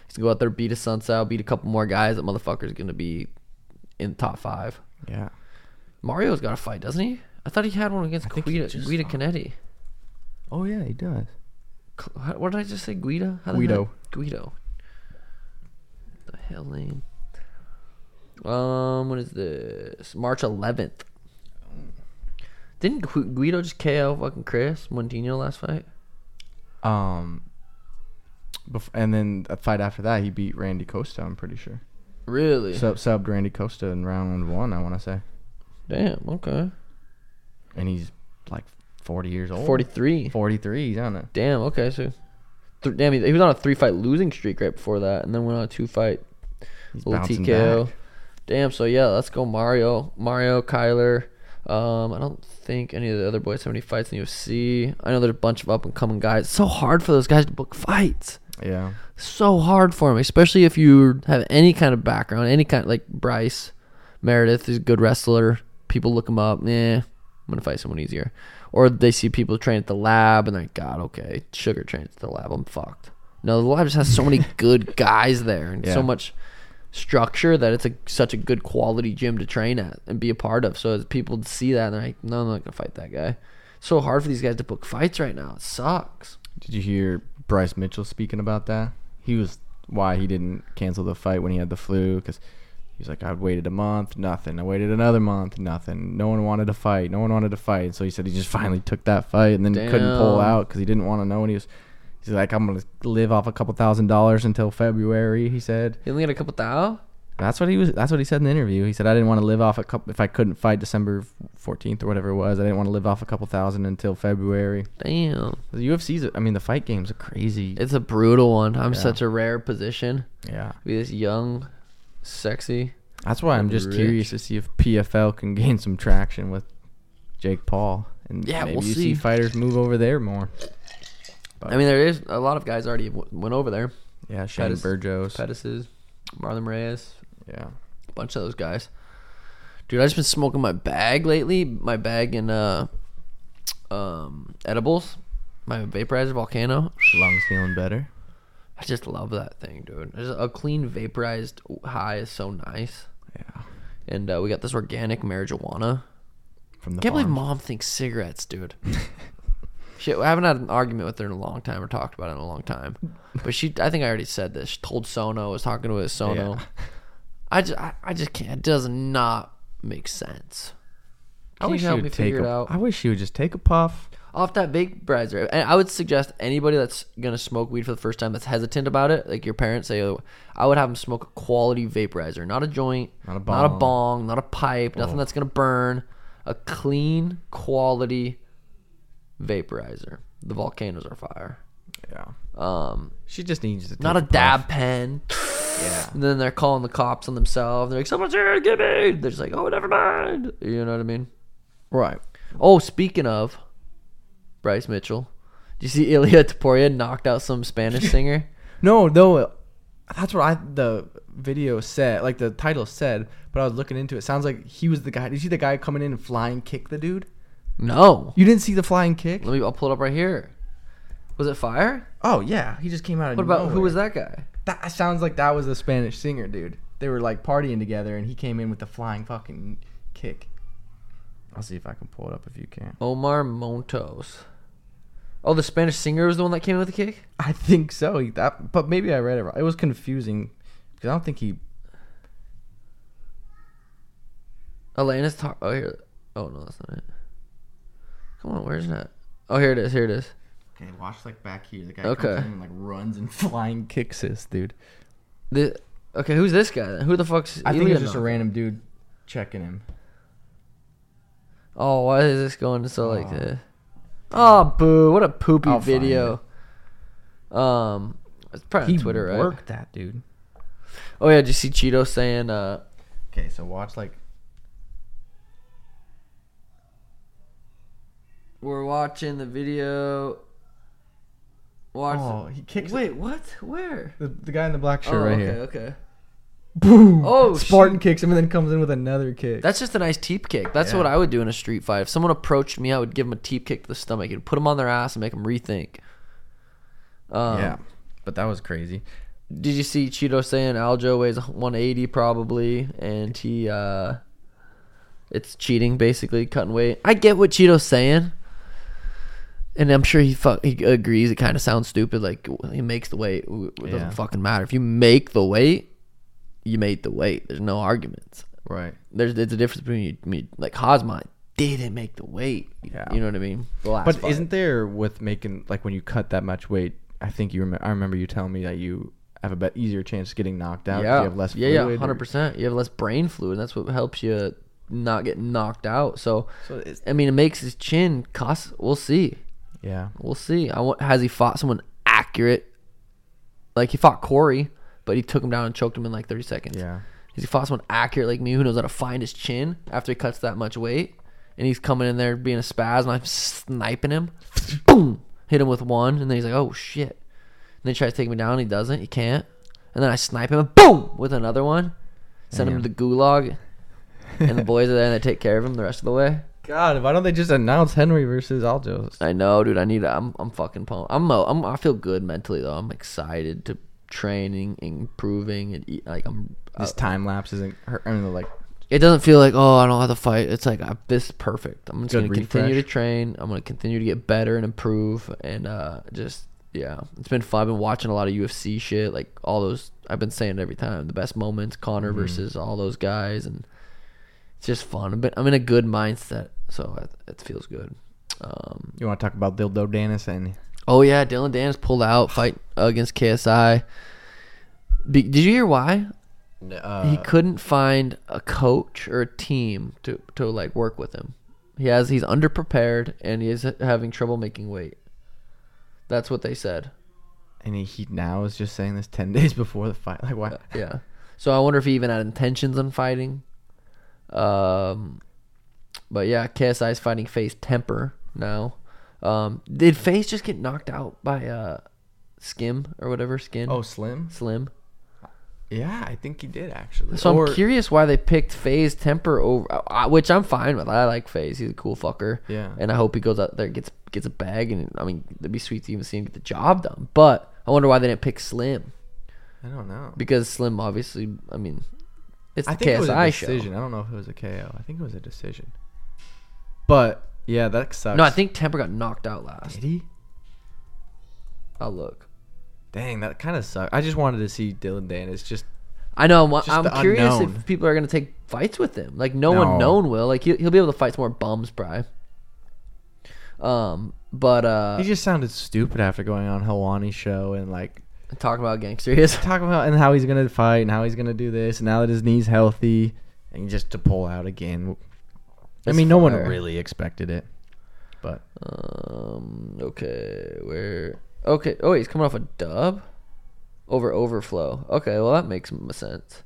S1: He's gonna go out there, beat a Sun Sal, beat a couple more guys. That motherfucker's gonna be in the top five.
S2: Yeah,
S1: Mario's got a fight, doesn't he? I thought he had one against
S2: think he
S1: Guida,
S2: just-
S1: Guida Canetti.
S2: Oh yeah, he does.
S1: Cl- how- What did I just say? Guida. How the
S2: Guido.
S1: heck- Guido. The hell name. Um, what is this? March 11th. Didn't Gu- Guido just KO fucking Chris Montino last fight?
S2: Um, Bef- and then a fight after that, he beat Randy Costa. I'm pretty sure.
S1: Really?
S2: Sub subbed Randy Costa in round one. I want to say,
S1: Damn. Okay.
S2: and he's like 40 years old.
S1: Forty three.
S2: 43. He's on it.
S1: Damn. Okay. So, th- damn, he he was on a three fight losing streak right before that, and then went on a two fight
S2: He's
S1: little
S2: bouncing
S1: TKO.
S2: back.
S1: Damn. So yeah, let's go Mario, Mario, Kyler. Um, I don't think any of the other boys have any fights in the UFC. I know there's a bunch of up and coming guys. It's so hard for those guys to book fights.
S2: Yeah.
S1: So hard for them, especially if you have any kind of background, any kind like Bryce Meredith is a good wrestler. People look him up. Eh, I'm gonna fight someone easier. Or they see people train at the lab and they're like, God, okay, Sugar trains at the lab. I'm fucked. No, the lab just has so many good guys there and
S2: Yeah.
S1: so much structure that it's a, such a good quality gym to train at and be a part of. So as people see that, they're like, no, I'm not gonna fight that guy. It's so hard for these guys to book fights right now. It sucks.
S2: Did you hear Bryce Mitchell speaking about that? He was why he didn't cancel the fight when he had the flu because he's like, I waited a month, nothing. I waited another month, nothing. No one wanted to fight. No one wanted to fight. So he said he just finally took that fight and then couldn't pull
S1: Damn.
S2: out because he didn't want to know. And he was, he's like, I'm gonna live off a couple thousand dollars until February. He said
S1: You only get a couple thou?
S2: that's what he was. That's what he said in the interview. He said I didn't want to live off a couple if I couldn't fight December 14th or whatever it was. I didn't want to live off a couple thousand until February.
S1: Damn.
S2: The UFC's. I mean, the fight game's a crazy.
S1: It's a brutal one. I'm
S2: Yeah.
S1: such a rare position.
S2: yeah.
S1: Be this young, sexy.
S2: That's why I'm just
S1: Rich.
S2: curious to see if PFL can [LAUGHS] gain some traction with Jake Paul, and
S1: Yeah,
S2: maybe
S1: we'll
S2: you
S1: see.
S2: see fighters move over there more.
S1: I mean, there is a lot of guys already w- went over there.
S2: Yeah, Shane
S1: Pettis-
S2: Burgos.
S1: Pettis, Marlon Reyes,
S2: Yeah,
S1: a bunch of those guys. Dude, I just been smoking my bag lately. My bag and uh, um, edibles. My vaporizer volcano.
S2: lungs feeling better.
S1: I just love that thing, dude. There's a clean vaporized high is so nice.
S2: Yeah,
S1: And uh, we got this organic marijuana.
S2: from the
S1: Can't believe
S2: farm.
S1: mom thinks cigarettes, dude. [LAUGHS] Shit, I haven't had an argument with her in a long time or talked about it in a long time. But she, I think I already said this. She told Sono, was talking to his Sono.
S2: Yeah.
S1: I just, I, I just can't. It does not make sense.
S2: I
S1: Can
S2: wish
S1: you
S2: she
S1: help
S2: would
S1: me
S2: take
S1: figure
S2: a-
S1: it out?
S2: I wish you would just take a puff.
S1: Off that vaporizer, and I would suggest anybody that's gonna smoke weed for the first time that's hesitant about it, like your parents, say, oh, I would have them smoke a quality vaporizer, not a joint,
S2: Not a
S1: not a
S2: bong.
S1: bong, not a pipe, nothing that's gonna burn. A clean quality vaporizer. The volcanoes are fire.
S2: Yeah,
S1: Um,
S2: she just needs to. Take
S1: not a
S2: puff.
S1: dab pen.
S2: Yeah.
S1: And then they're calling the cops on themselves. They're like, "Someone's here, get me!" They're just like, "Oh, never mind." You know what I mean?
S2: Right.
S1: Oh, speaking of Bryce Mitchell, did you see [LAUGHS] Ilya Teporia knocked out some
S2: [LAUGHS]
S1: Spanish singer?
S2: No, no. That's what I the video said, like the title said. But I was looking into it. Sounds like he was the guy. Did you see the guy coming in and flying kick the dude?
S1: No.
S2: You didn't see the flying kick?
S1: Let me. I'll pull it up right here. Was it fire?
S2: Oh yeah, he just came out.
S1: What about who was that guy?
S2: That sounds like that was the Spanish singer, dude. They were like partying together, and he came in with the flying fucking kick. I'll see if I can pull it up if you can.
S1: Omar Montos. Oh, the Spanish singer was the one that came in with the kick.
S2: I think so. He- That, but maybe I read it wrong. It was confusing because I don't think he.
S1: Elena's tar- oh here. Oh no, that's not it. Come on, where's that? Oh, here it is. Here it is.
S2: Okay, watch like back here. The guy
S1: comes Okay. in
S2: and like runs and [LAUGHS] flying kicks this dude.
S1: The okay, who's this guy? Then? Who the fuck's
S2: I think
S1: Ilya
S2: it's just a
S1: knocked?
S2: random dude checking him.
S1: Oh, why is this going so like
S2: Aw.
S1: this? Oh, boo! What a poopy
S2: I'll find
S1: video. Um, it's probably on Twitter, right?
S2: worked that dude.
S1: Oh yeah, did you see Cheeto saying, uh,
S2: Okay, so watch like
S1: "We're watching the video." Watch.
S2: oh he kicks
S1: Wait, what? Where?
S2: The, the guy in the black shirt
S1: oh,
S2: right
S1: okay,
S2: here.
S1: okay.
S2: Boom!
S1: Oh,
S2: Spartan kicks him and then comes in with another kick.
S1: That's just a nice teep kick. That's
S2: Yeah.
S1: what I would do in a street fight. If someone approached me, I would give them a teep kick to the stomach and put them on their ass and make them rethink. Um,
S2: yeah, but that was crazy.
S1: Did you see Cheeto saying Aljo weighs 180 probably, and he uh, it's cheating basically cutting weight. I get what Cheeto's saying, and I'm sure he fu- he agrees. It kind of sounds stupid. Like he makes the weight. It doesn't
S2: Yeah.
S1: fucking matter if you make the weight. You made the weight. There's no arguments.
S2: Right.
S1: There's there's a difference between you, me like Hosma didn't make the weight.
S2: Yeah.
S1: You know what I mean? The last
S2: But
S1: fight.
S2: isn't there with making like when you cut that much weight, I think you remember. I remember you telling me that you have a bet easier chance of getting knocked out. 'cause You have less.
S1: yeah, yeah,
S2: fluid or-
S1: hundred percent. You have less brain fluid. And that's what helps you not get knocked out. So,
S2: So it's-
S1: I mean, it makes his chin cuss. We'll see.
S2: Yeah.
S1: We'll see. I want, has he fought someone accurate? Like he fought Corey, but he took him down and choked him in like thirty seconds.
S2: Yeah.
S1: Has he fought someone accurate like me who knows how to find his chin after he cuts that much weight? And he's coming in there being a spaz, and I'm sniping him. Boom! Hit him with one, and then he's like, oh shit. And then he tries to take me down, he doesn't, he can't. And then I snipe him, and boom! With another one. Send him to the gulag. And the boys are there and they take care of him the rest of the way.
S2: God, why don't they just announce Henry versus Aljo?
S1: I know, dude. I need. I'm. I'm fucking pumped. I'm. mo- I'm. I feel good mentally though. I'm excited to training, improving, and eat, like I'm.
S2: This time lapse isn't. Hurt. I mean, like
S1: It doesn't feel like oh I don't have to fight. It's like I, this is perfect. I'm just
S2: Good
S1: gonna continue to
S2: refresh.
S1: train. I'm gonna continue to get better and improve and uh just yeah. It's been fun. I've been watching a lot of UFC shit. Like all those I've been saying it every time. The best moments, Connor
S2: Mm-hmm.
S1: versus all those guys, and it's just fun. I've been, I'm in a good mindset, so it, it feels good. Um,
S2: you want to talk about Dildo Danis and
S1: oh yeah, Dylan Danis pulled out fight against KSI. Be, did you hear why?
S2: uh,
S1: he couldn't find a coach or a team to, to like work with him. He has he's underprepared and he is having trouble making weight. That's what they said.
S2: and he, he now is just saying this ten [LAUGHS] days before the fight. Like why?
S1: Yeah. So I wonder if he even had intentions on fighting. Um, but yeah, KSI is fighting Face Temper now. Um, did Face just get knocked out by uh, Skim or whatever Skin?
S2: Oh, Slim.
S1: Slim.
S2: Yeah, I think he did actually.
S1: So
S2: Or-
S1: I'm curious why they picked Faye's temper over, I- I- which I'm fine with. I like Faye's; he's a cool fucker.
S2: Yeah.
S1: and I hope he goes out there and gets gets a bag. And I mean, it'd be sweet to even see him get the job done. But I wonder why they didn't pick Slim
S2: I don't know.
S1: because Slim, obviously, I mean, it's the
S2: I think it was a
S1: KSI show.
S2: decision. I don't know if it was a KO. I think it was a decision. But yeah, that sucks.
S1: No, I think Temper got knocked out last.
S2: did he?
S1: I'll look.
S2: Dang, that kind of sucks. I just wanted to see Dylan Danis just
S1: I know. I'm, I'm
S2: the
S1: curious
S2: unknown.
S1: if people are gonna take fights with him. Like no,
S2: No.
S1: one known will. Like he'll, he'll be able to fight some more bums, probably. Um, but uh,
S2: He just sounded stupid after going on Helwani's show and like
S1: talking about [LAUGHS] gangsters.
S2: talking about and how he's gonna fight and how he's gonna do this and now that his knee's healthy and just to pull out again. I
S1: That's
S2: mean, no one
S1: fair.
S2: really expected it, but
S1: Um. Okay. Where? Okay. Oh, wait, he's coming off a dub over overflow. Okay. Well, that makes m- sense.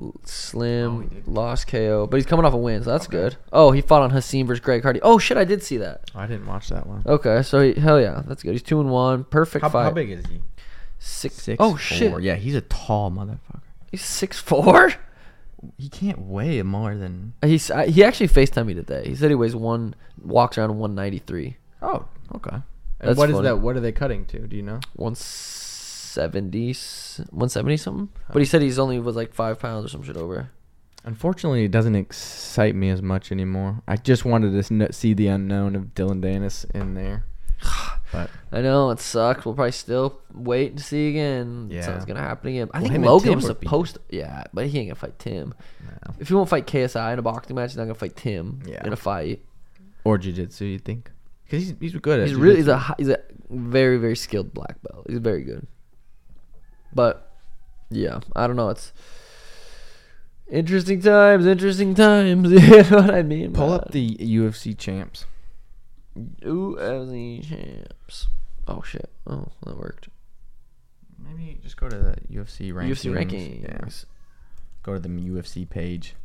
S1: L-
S2: Oh, he
S1: Slim
S2: did.
S1: lost KO, but he's coming off a win, so that's good. Oh, he fought on Hasim versus Greg Hardy. Oh shit, I did see that.
S2: I didn't watch that one.
S1: Okay, so he, hell yeah, that's good. He's two and one, perfect
S2: How,
S1: fight.
S2: how big is he?
S1: Six.
S2: Six.
S1: oh
S2: four.
S1: shit,
S2: Yeah, he's a tall motherfucker.
S1: he's six four. [LAUGHS]
S2: He can't weigh more than.
S1: He's I, he actually Facetime me today. He said he weighs one, walks around one ninety three,
S2: Oh, okay. And
S1: That's
S2: what is
S1: funny.
S2: that? What are they cutting to? Do you know?
S1: one seventy, one seventy something. But he said he's only was like five pounds or some shit over.
S2: Unfortunately, it doesn't excite me as much anymore. I just wanted to sn- see the unknown of Dylan Danis in there. [SIGHS] But
S1: I know it sucks. We'll probably still wait and see again.
S2: Yeah.
S1: something's gonna happen again. I
S2: Well, him
S1: think
S2: and
S1: Logan
S2: Tim
S1: was
S2: were beefing.
S1: supposed. To, yeah, but he ain't gonna fight Tim.
S2: no.
S1: If he won't fight KSI in a boxing match, he's not gonna fight Tim
S2: Yeah.
S1: in a fight.
S2: or jiu-jitsu, you think? Because he's he's good at.
S1: He's really he's
S2: jiu-jitsu.
S1: a hi- he's a very very skilled black belt. He's very good. But yeah, I don't know. It's interesting times. Interesting times. [LAUGHS] you know what I mean?
S2: pull
S1: man?
S2: up the UFC champs.
S1: UFC champs. Oh shit! Oh, that worked.
S2: Maybe just go to the UFC rankings.
S1: UFC rankings.
S2: Go to the UFC page.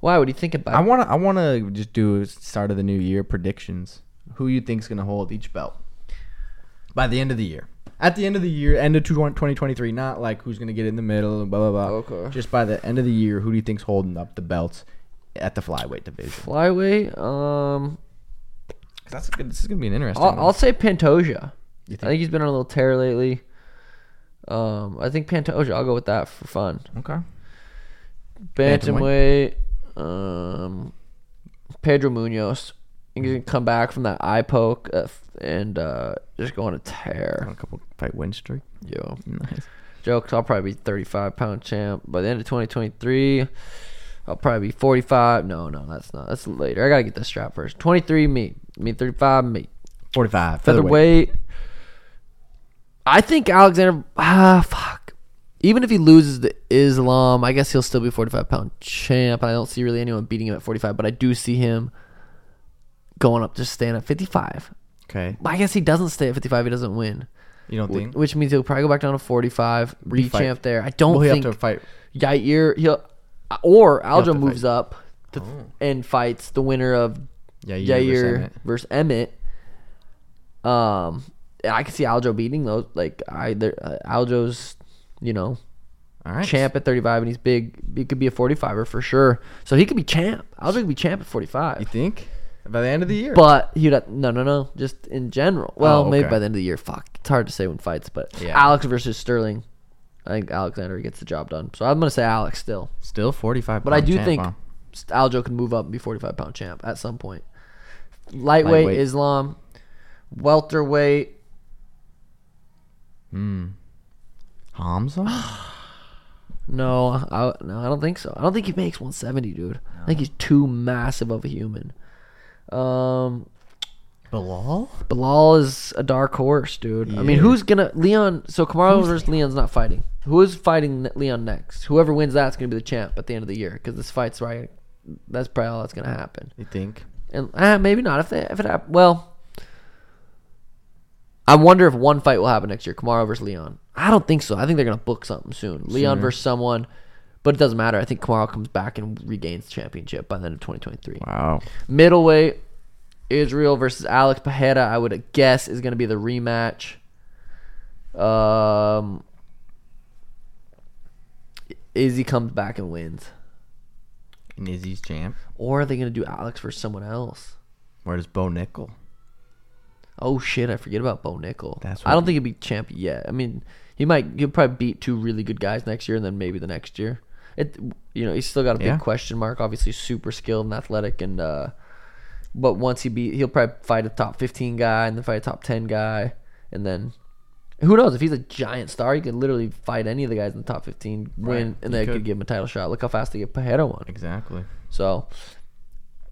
S1: Why? What are you thinking about?
S2: I wanna I wanna just do a start of the new year predictions. Who you think's gonna hold each belt by the end of the year? At the end of the year, end of 2023, not like who's gonna get in the middle and blah blah blah.
S1: Okay.
S2: Just by the end of the year, who do you think's holding up the belts at the flyweight division?
S1: Flyweight. Um,
S2: 'Cause That's a good. This is gonna be an interesting.
S1: I'll,
S2: one.
S1: I'll say Pantoja.
S2: You think-
S1: I think he's been on a little tear lately. Um, I think Pantoja. I'll go with that for fun.
S2: okay.
S1: Bantamweight. Um, Pedro Munoz. I think he's gonna come back from that eye poke uh, f- and uh, just go on a
S2: On
S1: tear.
S2: a couple fight win streak.
S1: Yo,
S2: Nice.
S1: jokes. I'll probably be 35 pound champ by the end of 2023. I'll probably be 45. No, no, that's not. That's later. I gotta get the strap first. 23 me, me 35 me.
S2: Forty-five.
S1: featherweight. I think Alexander. Ah, fuck. Even if he loses to Islam, I guess he'll still be 45 pound champ. I don't see really anyone beating him at 45, but I do see him going up to stand at 55.
S2: Okay.
S1: But I guess he doesn't stay at 55. He doesn't win,
S2: You don't think?
S1: which means he'll probably go back down to 45, be
S2: Refight.
S1: champ there. I don't
S2: Well, he have
S1: think
S2: to fight.
S1: Yair he'll or
S2: to
S1: Aljo
S2: fight. Oh.
S1: moves up to, and fights the winner of
S2: Yeah,
S1: Yair, versus Emmett. Um, I can see Aljo beating those. Like I, there- uh, Aljo's, you know,
S2: All right.
S1: champ at 35, and he's big. He could be a 45er for sure. So he could be champ. Aljo could be champ at 45.
S2: You think? By the end of the year.
S1: [LAUGHS] But he'd have, no no no just in general. Well,
S2: Oh,
S1: maybe
S2: okay.
S1: by the end of the year. Fuck, it's hard to say when fights. But
S2: Yeah.
S1: Alex versus Sterling, I think Alexander gets the job done. So I'm gonna say Alex still.
S2: Still 45.
S1: But I
S2: pound
S1: do
S2: champ,
S1: think
S2: wow.
S1: Aljo can move up and be 45 pound champ at some point. Lightweight,
S2: Lightweight.
S1: Islam, welterweight. [GASPS]
S2: Hamza?
S1: No, I, no, I don't think so. I don't think he makes 170, dude. I think he's too massive of a human. Um,
S2: Bilal?
S1: Bilal is a dark horse, dude. I mean,
S2: Yeah.
S1: who's gonna Leon? So Kamaru versus Leon's not fighting. Who is fighting ne- Leon next? Whoever wins that's gonna be the champ at the end of the year because this fight's right. That's probably all that's gonna happen.
S2: You think?
S1: and eh, maybe not if they if it hap- well I wonder if one fight will happen next year Kamara versus Leon I don't think so I think they're gonna book something soon Leon versus someone but it doesn't matter I think Kamara comes back and regains championship by the end of 2023
S2: Wow.
S1: middleweight Israel versus Alex Pajeda I would guess is gonna be the rematch um Izzy comes back and wins
S2: And Izzy's champ.
S1: or are they gonna do Alex versus someone else
S2: Where does Bo Nickel?
S1: Oh shit, I forget about Bo Nickel.
S2: That's
S1: I
S2: what-
S1: don't think he'll be champ yet. I mean, he might he'll probably beat two really good guys next year and then maybe the next year. It you know, he's still got a big
S2: Yeah.
S1: question mark. Obviously super skilled and athletic and uh but once he beat he'll probably fight a top fifteen guy and then fight a top ten guy and then who knows if he's a giant star, he could literally fight any of the guys in the top fifteen, win,
S2: Right,
S1: and
S2: he
S1: they could.
S2: could.
S1: give him a title shot. Look how fast they get Pajero on.
S2: Exactly.
S1: So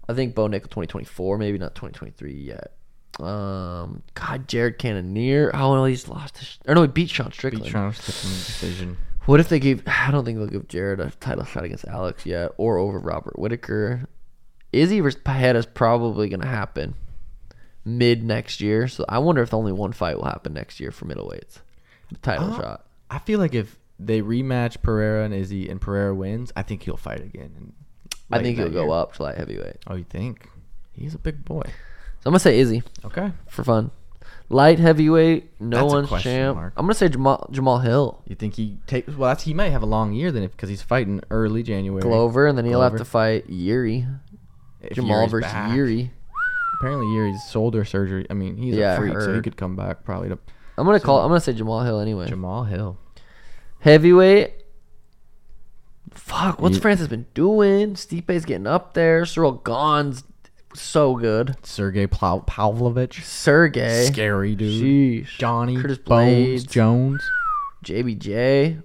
S1: I think Bo Nickel 2024, maybe not 2023 yet. Um, God, Jared Cannonier. Oh no, he's lost. His, or no, he beat Sean Strickland.
S2: Beat Toronto decision.
S1: What if they gave? [SIGHS] I don't think they'll give Jared a title shot against Alex yet, or over Robert Whitaker. Izzy versus Pajeda is probably going to happen mid next year. So I wonder if only one fight will happen next year for middleweights. The title
S2: Uh,
S1: shot.
S2: I feel like if they rematch Pereira and Izzy and Pereira wins, I think he'll fight again. And
S1: I think he'll go up to light heavyweight.
S2: Oh, you think? He's a big boy.
S1: So I'm gonna say Izzy.
S2: Okay.
S1: for fun. Light heavyweight, no
S2: That's a
S1: one's
S2: question
S1: champ.
S2: mark.
S1: I'm gonna say Jamal Jamal Hill,
S2: You think he takes? Well, that's he might have a long year then, because he's fighting early January.
S1: Glover, and then he'll have
S2: Glover.
S1: to fight Yuri.
S2: If
S1: Jamal
S2: Yuri's
S1: versus
S2: back.
S1: Yuri.
S2: Apparently, Yuri's shoulder surgery. I mean, he's
S1: Yeah, I
S2: a freak, so he
S1: heard.
S2: could come back probably to
S1: I'm gonna call. I'm gonna say Jamal Hill anyway.
S2: Jamal Hill.
S1: heavyweight. Fuck, what's
S2: Ye-
S1: France has been doing? Stipe's getting up there. Cyril Gon's so good.
S2: Sergey Plow- Pavlovich. Eh?
S1: Sergey,
S2: Scary dude.
S1: Sheesh.
S2: Johnny
S1: Curtis
S2: Bones
S1: Blades,
S2: Jones.
S1: JBJ.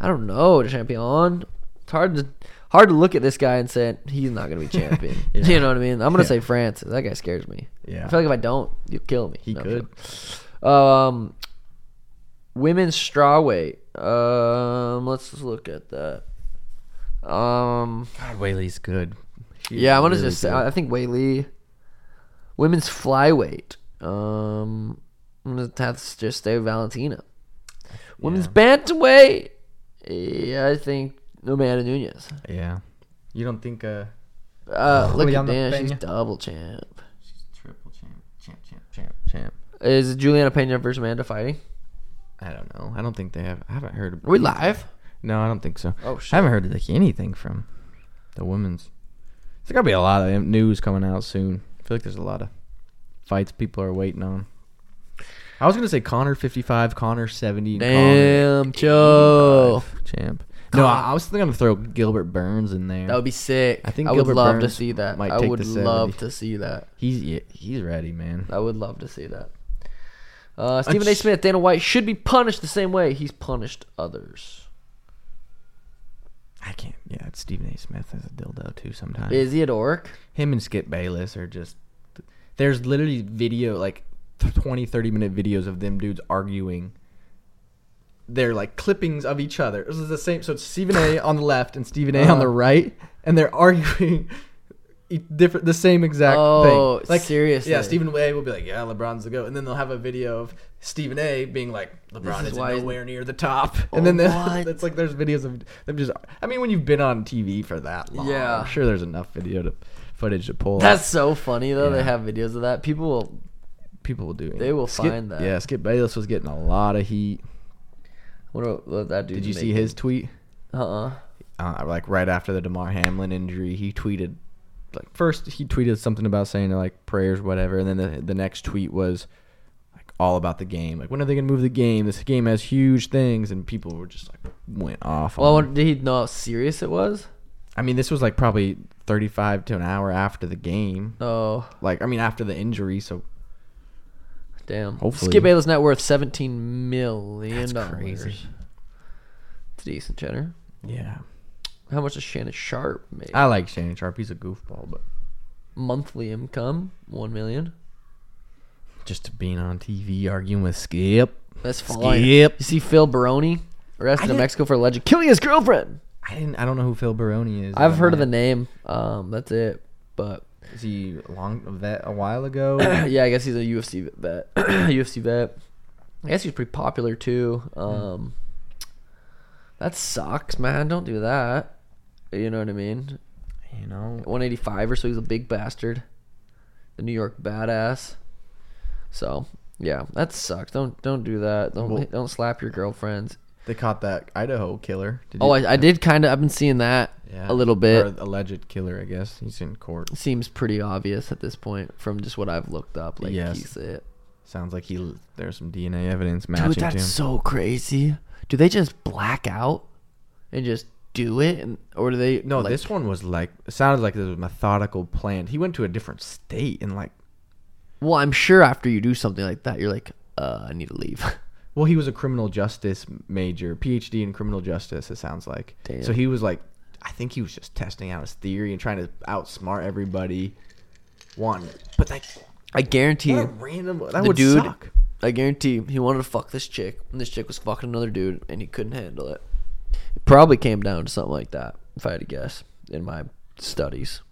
S1: I don't know, champion. It's hard to hard to look at this guy and say he's not
S2: [LAUGHS]
S1: gonna be champion.
S2: Yeah.
S1: You know what I mean? I'm gonna
S2: Yeah.
S1: say Francis. That guy scares me.
S2: Yeah.
S1: I feel like if I don't, you'll kill me.
S2: He
S1: No, I'm
S2: could.
S1: joking. Um, women's strawweight. Um, let's just look at that. Um,
S2: God, Whaley's good. She's
S1: yeah, I'm gonna
S2: really
S1: just say
S2: good.
S1: I think Whaley. Women's flyweight. Um, I'm gonna have to just stay with Valentina. Women's bantamweight. Yeah, I think Amanda Nunez.
S2: Yeah. You don't think uh
S1: Uh, look at
S2: Juliana
S1: Dan. She's
S2: Peña.
S1: double champ.
S2: she's triple champ, champ, champ, champ, champ.
S1: Is Juliana Pena versus Amanda fighting?
S2: I don't know. I don't think they have I haven't heard of
S1: Are we live?
S2: No, I don't think so.
S1: Oh,
S2: I
S1: shit.
S2: haven't heard like anything from the women's. There's gotta be a lot of news coming out soon. I feel like there's a lot of fights people are waiting on. I was gonna say Connor fifty five, Connor seventy, and Connor
S1: Damn, Joe.
S2: champ. No, I, I was thinking gonna throw Gilbert Burns in there.
S1: That would be sick. I
S2: I
S1: think
S2: think
S1: I would
S2: Gilbert
S1: love to
S2: Burns
S1: see that.
S2: might
S1: I
S2: take
S1: would
S2: the
S1: love
S2: 70.
S1: to see that.
S2: he's yeah, he's ready, man.
S1: I would love to see that. Uh, Stephen A.
S2: just-
S1: Smith, Dana White should be punished the same way he's punished others.
S2: I can't. Yeah, it's Stephen A. Smith as a dildo too. Sometimes
S1: Is he at Oric?
S2: him and Skip Bayless are just. There's literally video like th- 20, 30 minute videos of them dudes arguing. They're like clippings of each other. This is the same. So it's Stephen A on the left and Stephen A on the
S1: Uh-huh.
S2: right, and they're arguing e- different, the same exact
S1: Oh,
S2: thing. Like
S1: seriously.
S2: yeah. Stephen A will be like, yeah, LeBron's the goat, and then they'll have a video of Stephen A being like, LeBron
S1: is
S2: is
S1: why- Oh,
S2: nowhere near the top, and then
S1: what?
S2: they- [LAUGHS] it's like there's videos of them just. I mean, when you've been on TV for that long,
S1: Yeah.
S2: I'm sure there's enough video to footage to pull.
S1: That's so funny though. They
S2: Yeah.
S1: have videos of that. People will
S2: people will do. Anything.
S1: will
S2: Skip-
S1: find that.
S2: Yeah, Skip Bayless was getting a lot of heat.
S1: What about what that dude?
S2: Did you see his tweet?
S1: Uh uh
S2: Uh, like right after the Demar Hamlin injury, he tweeted. Like first, he tweeted something about saying like prayers, whatever, and then the, the next tweet was like all about the game. Like when are they gonna move the game? This game has huge things, and people were just like went off.
S1: Well, I
S2: on
S1: wonder- did he know how serious it was?
S2: I mean, this was like probably 35 to an hour after the game.
S1: Oh,
S2: Like, I mean, after the injury, so
S1: damn.
S2: Hopefully.
S1: Skip Bayless net worth seventeen million dollars.
S2: crazy.
S1: It's a decent cheddar.
S2: yeah.
S1: How much does Shannon Sharp make?
S2: I like Shannon Sharp. He's a goofball, but
S1: Monthly income one million.
S2: just being on TV arguing with Skip.
S1: That's fine.
S2: Skip.
S1: You see Phil Baroni arrested in
S2: didn't-
S1: Mexico for alleged killing his girlfriend.
S2: I didn't. I don't know who Phil Baroni is.
S1: I've heard of the name. Um, that's it. But [CLEARS THROAT]
S2: Is he long of that a while ago?
S1: [COUGHS] yeah, I guess he's a UFC vet. [CLEARS THROAT] UFC vet. I guess he's pretty popular too. Um, that sucks, man. Don't do that. You know what I mean?
S2: you know.
S1: 185 or so. He's a big bastard. The New York badass. So yeah, that sucks. Don't don't do that. Don't
S2: Well-
S1: don't slap your girlfriends.
S2: They caught that Idaho killer. Did
S1: Oh,
S2: you-
S1: I, I did kind of. I've been seeing that
S2: Yeah.
S1: a little bit.
S2: Or alleged killer, I guess. He's in court.
S1: Seems pretty obvious at this point from just what I've looked up. Like
S2: Yes.
S1: he's it.
S2: Sounds like he. There's some DNA evidence
S1: Dude,
S2: matching to him.
S1: that's so crazy. Do they just black out and just do it, and, or do they?
S2: No,
S1: like,
S2: this one was like it sounded like this was methodical planned. He went to a different state and like
S1: Well, I'm sure after you do something like that, you're like, uh, I need to leave. [LAUGHS]
S2: well, he was a criminal justice major, PhD in criminal justice, it sounds like.
S1: Damn.
S2: So he was like I think he was just testing out his theory and trying to outsmart everybody. One. But like
S1: I guarantee
S2: what a
S1: you,
S2: random that
S1: the
S2: would
S1: dude.
S2: suck.
S1: I guarantee you, he wanted to fuck this chick, and this chick was fucking another dude, and he couldn't handle it. It probably came down to something like that, if I had to guess, in my studies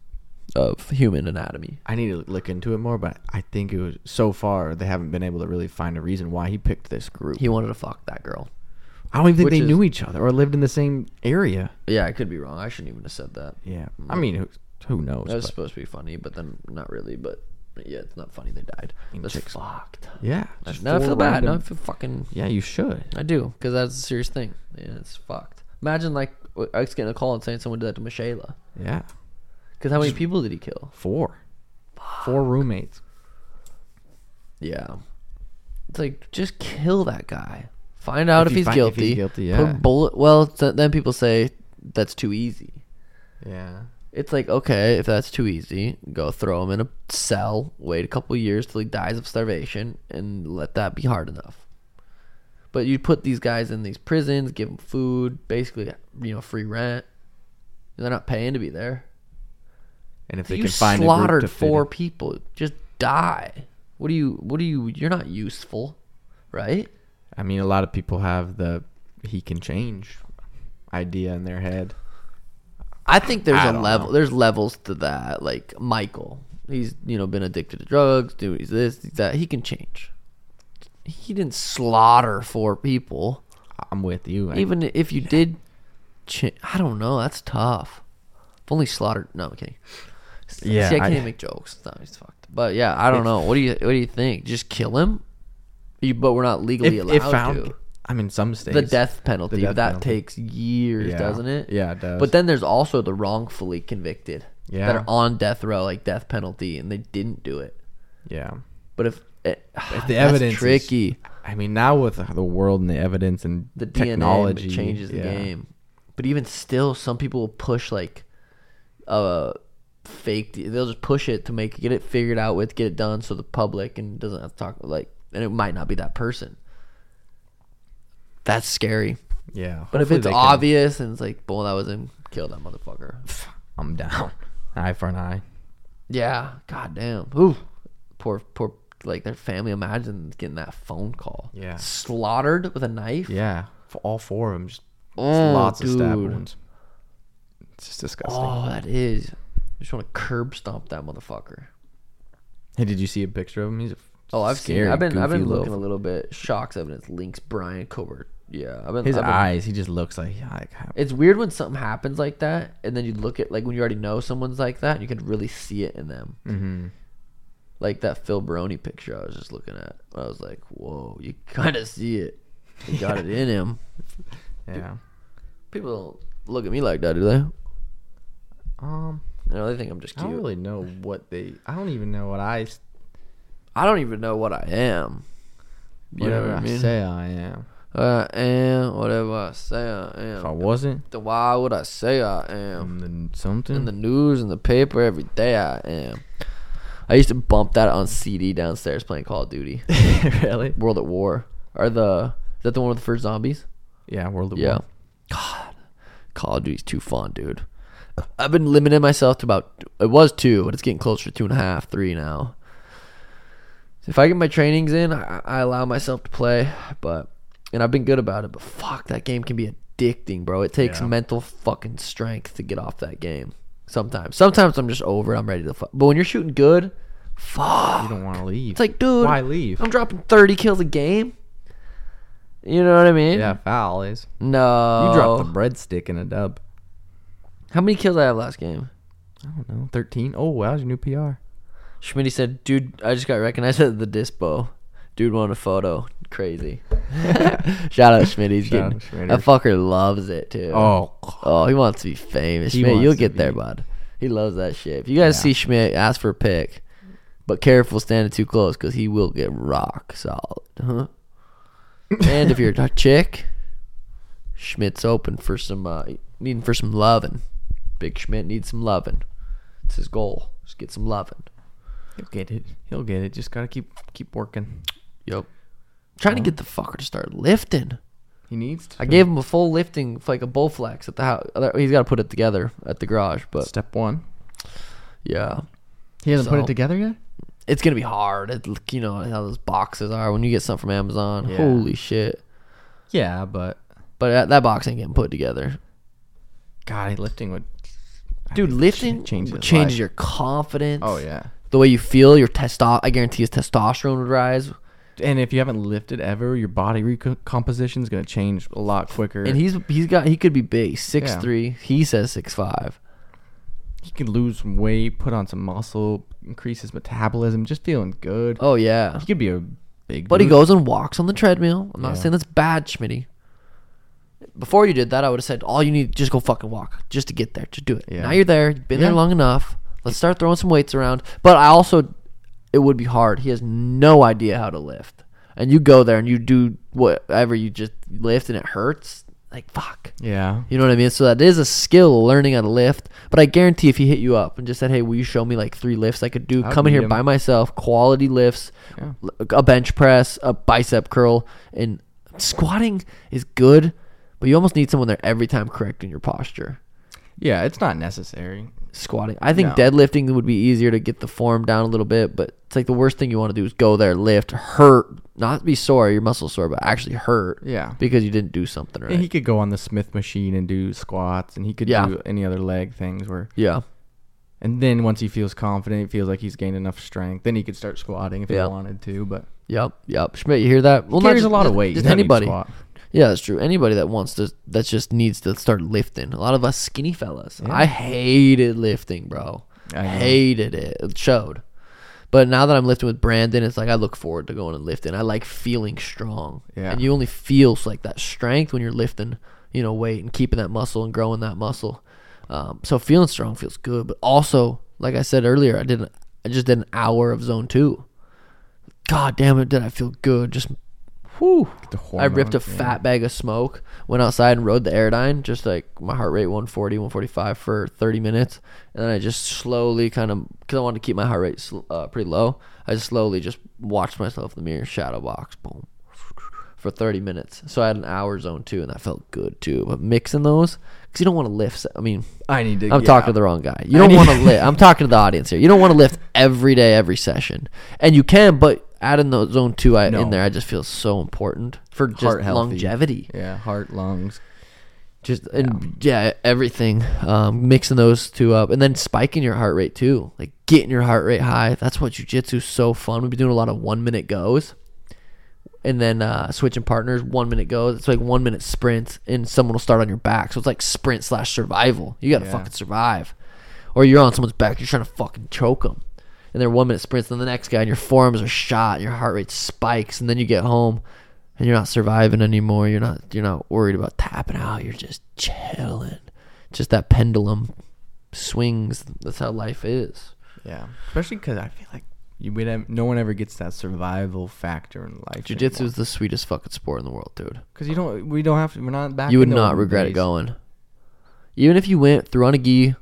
S1: of human anatomy.
S2: I need to look into it more, but I think it was so far they haven't been able to really find a reason why he picked this group.
S1: He wanted to fuck that girl.
S2: I don't even think
S1: Which
S2: they
S1: is-
S2: knew each other or lived in the same area.
S1: Yeah, I could be wrong. I shouldn't even have said that.
S2: Yeah. I mean, who, who knows?
S1: That was
S2: but-
S1: supposed to be funny, but then not really. But yeah, it's not funny. They died. That's
S2: chicks-
S1: fucked.
S2: yeah. just
S1: Now I
S2: four
S1: feel bad. Now I
S2: random-
S1: feel fucking.
S2: Yeah, you should.
S1: I do because that's a serious thing. Yeah, it's fucked. Imagine like I was getting a call and saying someone did that to Michaela.
S2: Yeah.
S1: Because how many people did he kill?
S2: Four. Four roommates.
S1: Yeah, it's like just kill that guy. Find out
S2: If
S1: if,
S2: you
S1: he's,
S2: find- if
S1: guilty,
S2: he's guilty,
S1: Put
S2: yeah.
S1: bullet. Well, th- then people say that's too easy.
S2: Yeah.
S1: It's like okay, if that's too easy, go throw him in a cell, wait a couple years till he dies of starvation, and let that be hard enough. But you put these guys in these prisons, give them food, basically, you know, free rent. They're not paying to be there.
S2: And if
S1: They
S2: they
S1: you
S2: can find
S1: slaughtered
S2: a group to fit
S1: four
S2: in-
S1: people. Just die. What do you? What do you? You're not useful, right?
S2: I mean, a lot of people have the he can change idea in their head.
S1: I think there's
S2: I
S1: a
S2: don't
S1: level.
S2: know.
S1: There's levels to that. Like Michael, he's you know been addicted to drugs. Dude, he's this, he's that. He can change. He didn't slaughter four people.
S2: I'm with you. Like,
S1: Even if you did, cha- I don't know. That's tough. I've only slaughtered. No, I'm kidding.
S2: Yeah,
S1: See, I can't
S2: I-
S1: even make jokes. No, he's fucked. But yeah, I don't know. What do you What do you think? Just kill him? You, but we're not
S2: if,
S1: legally allowed
S2: if found,
S1: to.
S2: I mean, some states.
S1: The death penalty.
S2: death
S1: but that
S2: penalty.
S1: takes years,
S2: Yeah.
S1: doesn't it?
S2: Yeah, it does.
S1: But then there's also the wrongfully convicted that
S2: Yeah.
S1: are on death row, like death penalty, and they didn't do it.
S2: Yeah.
S1: But if, [SIGHS] it,
S2: If
S1: that's
S2: the evidence. is-
S1: tricky,
S2: I mean, now with the world and the evidence and
S1: the
S2: technology
S1: DNA changes the
S2: yeah.
S1: game. But even still, some people will push like uh fake. They'll just push it to make get it figured out with, get it done, so the public and doesn't have to talk like, and it might not be that person. That's scary.
S2: Yeah.
S1: But if
S2: Hopefully
S1: it's
S2: they can-
S1: obvious and it's like, boy, that was him, kill that motherfucker.
S2: I'm down. [LAUGHS] Eye for an eye.
S1: Yeah. God damn. Ooh. Poor poor like their family. Imagine getting that phone call.
S2: Yeah.
S1: Slaughtered with a knife.
S2: Yeah, for all four of them, just
S1: Oh,
S2: lots of stab
S1: dude.
S2: wounds. It's just disgusting.
S1: Oh, that is. I just want to curb stomp that motherfucker.
S2: Hey, did you see a picture of him? He's a
S1: Oh, I've
S2: scary,
S1: seen. I've been. I've
S2: goofy
S1: been
S2: little-
S1: looking a little bit. Shocks evidence links Brian Cobert. Yeah, I've been.
S2: His
S1: I've been-
S2: eyes, he just looks like, yeah, like how-
S1: It's weird when something happens like that, and then you look at like when you already know someone's like that, and you can really see it in them.
S2: Mm-hmm.
S1: Like that Phil Baroni picture I was just looking at. I was like, whoa, you [LAUGHS] kind of see it. He got it in
S2: [LAUGHS]
S1: him.
S2: yeah.
S1: People don't look at me like that, do they? You
S2: Um,
S1: know, they think I'm just
S2: I
S1: cute.
S2: don't really know what they. I don't even know what I. s-
S1: I don't even know what I am. You know
S2: Whatever
S1: what I
S2: I,
S1: mean?
S2: say, I am.
S1: I am Uh, whatever I say I am.
S2: If I wasn't,
S1: then why would I say I am?
S2: I'm the something. [LAUGHS]
S1: in the news and the paper every day. I am. I used to bump that on CD downstairs playing Call of Duty,
S2: really?
S1: World at War, or the is that the one with the first zombies?
S2: Yeah, World of
S1: Yeah.
S2: War.
S1: God, Call of Duty's too fun, dude. I've been limiting myself to about it was two, but it's getting closer to two and a half, three now. If I get my trainings in, I, I allow myself to play, but and I've been good about it. But fuck, that game can be addicting, bro. It takes
S2: Yeah.
S1: mental fucking strength to get off that game. Sometimes, sometimes I'm just over. it. I'm ready to fuck. But when you're shooting good, fuck.
S2: You don't want to leave.
S1: It's like, dude,
S2: why leave?
S1: I'm dropping 30 kills a game. You know what I mean?
S2: yeah, foul is.
S1: No.
S2: You dropped the breadstick in a dub.
S1: How many kills I have last game?
S2: I don't know, thirteen. Oh, wow, your new PR.
S1: Schmitty said, "Dude, I just got recognized at the dispo. Dude wanted a photo. Crazy. [LAUGHS] Shout out Schmitty. He's
S2: Shout
S1: getting
S2: out Schmitty.
S1: that fucker loves it too.
S2: Oh,
S1: Oh, he wants to be famous.
S2: He
S1: Schmidt,
S2: wants
S1: you'll
S2: to
S1: get there,
S2: be-
S1: bud. He loves that shit. If you guys
S2: Yeah.
S1: see Schmidt, ask for a pic, but careful standing too close because he will get rock solid. Huh? and if you're a [LAUGHS] chick, Schmidt's open for some uh, needing for some loving. Big Schmidt needs some loving. It's his goal. Just get some loving.
S2: he'll get it. He'll get it. Just gotta keep keep working.
S1: Yep. Trying to get the fucker to start lifting.
S2: He needs. To
S1: I gave him a full lifting, like a Bowflex at the house. He's got to put it together at the garage, but
S2: step one.
S1: yeah,
S3: He hasn't put
S1: So-
S3: it together yet.
S1: it's gonna be hard. It, you know how those boxes are when you get something from Amazon.
S2: Yeah.
S1: Holy shit!
S2: Yeah, but
S1: But that, that box ain't getting put together,
S2: God, lifting would. I
S1: dude.
S2: mean,
S1: Lifting
S2: shit
S1: changes,
S2: his life.
S1: your confidence.
S2: Oh yeah.
S1: the way you feel, your testo. I guarantee his testosterone would rise.
S2: And if you haven't lifted ever, your body recomposition is going to change a lot quicker.
S1: And
S2: he,
S1: he's he's got he could be big, six three. He says six five.
S2: he could lose some weight, put on some muscle, increase his metabolism, just feeling good.
S1: Oh yeah,
S2: He could be a big.
S1: But he
S2: dude.
S1: goes and walks on the treadmill. I'm not
S2: Yeah.
S1: saying that's bad, Schmitty. Before you did that, I would have said, all you need, just go fucking walk, just to get there, just do it.
S2: Yeah.
S1: Now you're there, you've been there
S2: Yeah.
S1: long enough. Let's start throwing some weights around. But I also, it would be hard. He has no idea how to lift, and you go there and you do whatever you just lift, and it hurts. Like fuck.
S2: Yeah.
S1: You know what I mean? So that is a skill, learning how to lift. But I guarantee if he hit you up and just said, "Hey, will you show me like three lifts I could do?
S2: I'd
S1: Come in
S2: beat
S1: here
S2: him.
S1: by myself, quality lifts,
S2: Yeah.
S1: l- a bench press, a bicep curl, and squatting is good, but you almost need someone there every time correcting your posture.
S2: Yeah, it's not necessary.
S1: Squatting. I think
S2: No.
S1: deadlifting would be easier to get the form down a little bit, but it's like the worst thing you want to do is go there, lift, hurt, not be sore, your muscles sore, but actually hurt
S2: Yeah.
S1: because you didn't do something right.
S2: [LAUGHS] And he could go on the Smith machine and do squats, and he could
S1: Yeah.
S2: do any other leg things where.
S1: yeah.
S2: And then once he feels confident, feels like he's gained enough strength, then he could start squatting if
S1: Yeah.
S2: he wanted to. But
S1: Yep, yep. Schmidt, you hear that? Well,
S2: carries
S1: just-
S2: a lot of
S1: just-
S2: weight.
S1: Just
S2: He doesn't need to
S1: anybody.
S2: squat.
S1: Yeah, that's true. Anybody that wants to, that just needs to start lifting. A lot of us skinny fellas. I hated lifting, bro.
S2: I
S1: I
S2: know.
S1: hated it. It showed. But now that I'm lifting with Brandon, it's like I look forward to going and lifting. I like feeling strong.
S2: Yeah.
S1: And you only feel like that strength when you're lifting, you know, weight and keeping that muscle and growing that muscle. Um, so feeling strong feels good. But also, like I said earlier, I didn't. I just did an hour of zone two. God damn it, did I feel good? Just whew.
S2: The
S1: I ripped a
S2: hormones, yeah.
S1: fat bag of smoke, went outside and rode the Aerodyne, just like my heart rate 140, 145 for 30 minutes. And then I just slowly kind of, because I wanted to keep my heart rate sl- uh, pretty low, I just slowly just watched myself in the mirror, shadow box, boom, for 30 minutes. So I had an hour zone too, and that felt good too. But mixing those, because you don't want to lift, I mean,
S2: I need to.
S1: I'm
S2: yeah.
S1: talking to the wrong guy.
S4: [LAUGHS]
S1: You don't want to lift. I'm talking to the audience here. You don't want to lift every day, every session, and you can, but adding the zone two I,
S4: No.
S1: in there, I just feel so important for just
S4: Heart healthy.
S1: longevity.
S2: Yeah, heart, lungs.
S1: Just and yeah, everything. Um, mixing those two up and then spiking your heart rate too, like getting your heart rate high. That's what jujitsu's so fun. We've been doing a lot of one minute goes, and then uh, switching partners. One minute goes. It's like one minute sprints, and someone will start on your back. So it's like sprint slash survival. You gotta
S2: Yeah.
S1: fucking survive, or you're on someone's back. You're trying to fucking choke them. And they're one minute sprints, then the next guy, and your forearms are shot, and your heart rate spikes, and then you get home, and you're not surviving anymore. You're not you're not worried about tapping out. You're just chilling. Just that pendulum swings. That's how life is.
S2: Yeah, especially because I feel like you we don't- no one ever gets that survival factor in life.
S1: Jiu-jitsu is the sweetest fucking sport in the world, dude.
S2: because you don't. We don't have to. We're not back.
S1: you would
S2: in the
S1: not
S2: old
S1: regret it
S2: days.
S1: going. Even if you went, threw on a gi,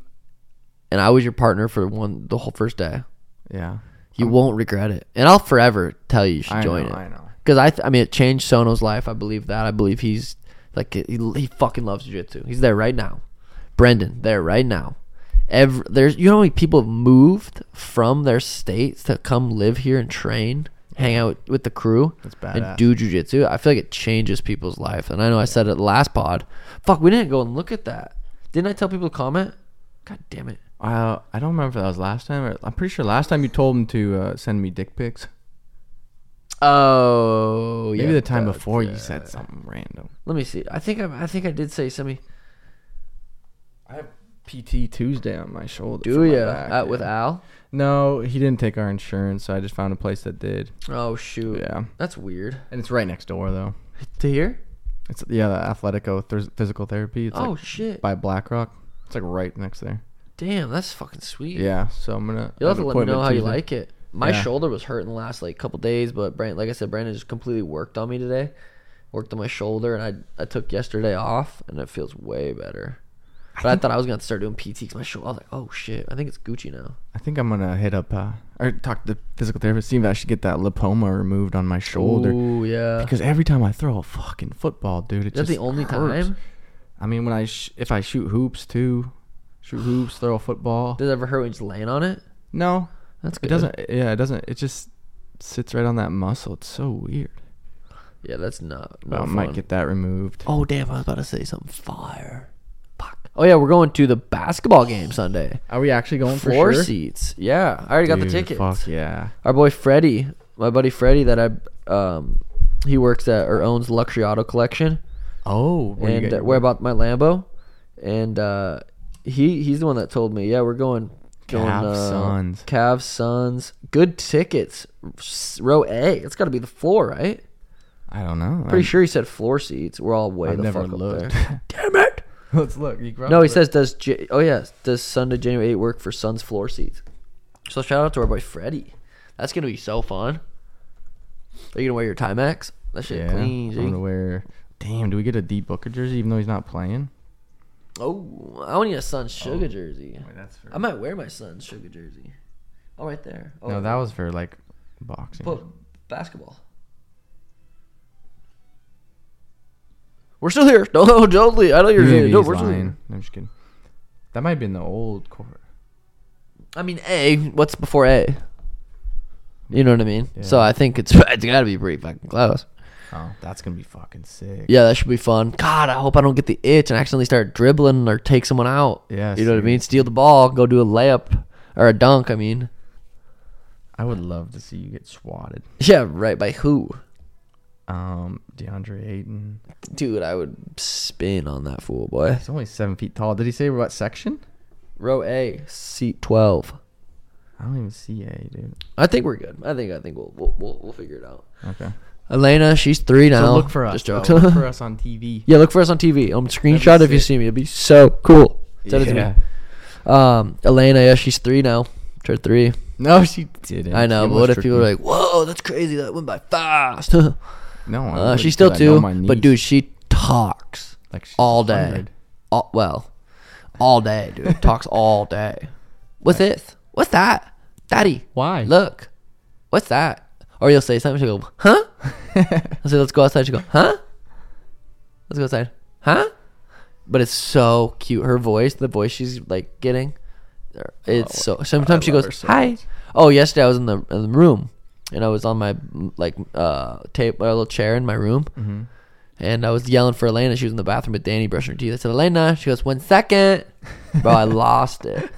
S1: and I was your partner for one the whole first day,
S2: Yeah,
S1: you won't regret it. And I'll forever tell you you should
S2: I
S1: join
S2: know,
S1: it.
S2: I know.
S1: Because I, th- I mean, it changed Sono's life. I believe that. I believe he's like he, he fucking loves jiu-jitsu. He's there right now. Brendan, there right now. Every, there's you know how many people have moved from their states to come live here and train, hang out with the crew,
S2: That's
S1: and
S2: badass.
S1: do jujitsu. I feel like it changes people's life. And I know I said it last pod. Fuck, we didn't go and look at that. Didn't I tell people to comment? God damn it.
S2: I I don't remember if that was last time. Or, I'm pretty sure last time you told him to uh, send me dick pics.
S1: Oh,
S2: Maybe
S1: yeah,
S2: the time
S1: that-
S2: before you
S1: yeah.
S2: said something random.
S1: Let me see. I think I, I think I did say something.
S2: I have PT Tuesday on my shoulder.
S1: Do
S2: for my
S1: ya
S2: back,
S1: Out uh, with
S2: yeah.
S1: Al?
S2: No, he didn't take our insurance, so I just found a place that did.
S1: Oh shoot,
S2: Yeah,
S1: that's weird.
S2: and it's right next door though.
S1: To hear?
S2: It's yeah, the Athletico Thurs Physical Therapy. It's
S1: oh
S2: like
S1: shit!
S2: by BlackRock. It's like right next there.
S1: Damn, that's fucking sweet.
S2: Yeah, so I'm gonna.
S1: you'll have
S2: an
S1: to let me know
S2: appointment
S1: how you
S2: Tuesday.
S1: like it. My
S2: Yeah.
S1: shoulder was hurting the last like couple days, but Brandon, like I said, Brandon just completely worked on me today. Worked on my shoulder, and I I took yesterday off, and it feels way better. But I, thought I was gonna start doing PT because my shoulder. I was like, oh shit, I think it's Gucci now.
S2: I think I'm gonna hit up uh, or talk to the physical therapist. See if I should get that lipoma removed on my shoulder.
S1: Ooh yeah.
S2: Because every time I throw a fucking football, dude, it's
S1: Is that
S2: just
S1: the only
S2: hurts.
S1: time?
S2: I mean, when I sh- if I shoot hoops too, shoot hoops, throw a football.
S1: Does it ever hurt when you're just laying on it?
S2: No,
S1: That's
S2: it
S1: good.
S2: doesn't. Yeah, it doesn't. It just sits right on that muscle. It's so weird.
S1: Yeah, that's not.
S2: But
S1: not
S2: I
S1: fun.
S2: might get that removed.
S1: Oh damn! I was about to say something fire. Fuck. Oh yeah, we're going to the basketball game Sunday.
S2: Are we actually going for
S1: Four
S2: sure?
S1: seats. Yeah, I already got the
S2: Dude,
S1: tickets.
S2: Fuck yeah.
S1: Our boy Freddie, my buddy Freddie, that I, um, he works at or owns Luxury Auto Collection,
S2: Oh, where you
S1: and
S2: get-
S1: uh, where about my Lambo, and uh, he he's the one that told me. Yeah, we're going. going
S2: Cavs,
S1: uh,
S2: Suns.
S1: Cavs Suns. Good tickets. S- Row A. It's got to be the floor, right?
S2: I don't know.
S1: Pretty sure he said floor seats. We're all way
S2: I've
S1: the
S2: never
S1: fuck up
S2: looked.
S1: there.
S2: [LAUGHS]
S1: Damn it!
S2: Let's look. You
S1: No, he says does J- oh yeah does Sunday January 8 work for Suns floor seats? So shout out to our boy Freddie. That's gonna be so fun. Are you gonna wear your Timex? That shit
S2: Yeah,
S1: clean.
S2: I'm gonna
S1: G.
S2: wear. Damn, do we get a D Booker jersey even though he's not playing?
S1: Oh, I want you a Suns Sugar jersey.
S2: that's for.
S1: I might wear my Suns Sugar jersey. Oh, right there. Oh,
S2: No, that was for like boxing.
S1: but basketball. We're still here. [LAUGHS] No, no, totally. I know you're
S2: Maybe
S1: here. No,
S2: he's
S1: we're still
S2: lying.
S1: here.
S2: No, I'm just kidding. That might be in the old court.
S1: I mean, A. What's before A? You know what I mean. So
S2: Yeah.
S1: I think it's [LAUGHS] it's got to be pretty fucking close.
S2: Oh, that's gonna be fucking sick.
S1: Yeah, that should be fun. God, I hope I don't get the itch and accidentally start dribbling or take someone out.
S2: Yeah,
S1: you know what I mean. Steal the ball, go do a layup or a dunk. I mean,
S2: I would love to see you get swatted.
S1: yeah, right. By who?
S2: Um, DeAndre Ayton.
S1: Dude, I would spin on that fool, boy.
S2: He's only seven feet tall. Did he say what section?
S1: Row A, seat twelve.
S2: I don't even see A, dude.
S1: I think we're good. I think I think we'll we'll, we'll, we'll figure it out.
S2: Okay.
S1: Elena, she's three now.
S2: So look for us.
S1: Just
S2: though.
S1: jokes. [LAUGHS]
S2: [LAUGHS] Look for us on TV.
S1: Yeah, look for us on TV. Um, screenshot if you
S2: sick.
S1: see me. It'd be so cool. Send it to me. Um, Elena, yeah, she's three now. Turned three.
S2: [LAUGHS] No, she didn't.
S1: I know,
S2: She
S1: but
S2: almost
S1: what if
S2: tricked
S1: people
S2: me.
S1: are like, "Whoa, that's crazy! That went by fast." [LAUGHS]
S2: No, I
S1: uh,
S2: would,
S1: she's still
S2: 'cause I know
S1: two,
S2: my
S1: but
S2: niece.
S1: dude, she talks
S2: like she's
S1: all day.
S2: 100.
S1: All, well, all day,
S2: [LAUGHS]
S1: dude. talks all day. What's this? What's that, Daddy?
S2: Why?
S1: Look, what's that? Or you'll say something. She'll go, "Huh?" I say, "Let's go outside." She will go, "Huh?" Let's go outside, huh? But it's so cute. Her voice, the voice she's like getting, it's so. Sometimes she
S2: Oh, love
S1: goes,
S2: her so
S1: "Hi."
S2: much.
S1: Oh, yesterday I was in the, in the room, and I was on my like uh tape, my little chair in my room,
S2: Mm-hmm.
S1: and I was yelling for Elena. She was in the bathroom with Danny brushing her teeth. I said, Elena. She goes, one second. Bro, I lost
S2: [LAUGHS]
S1: it.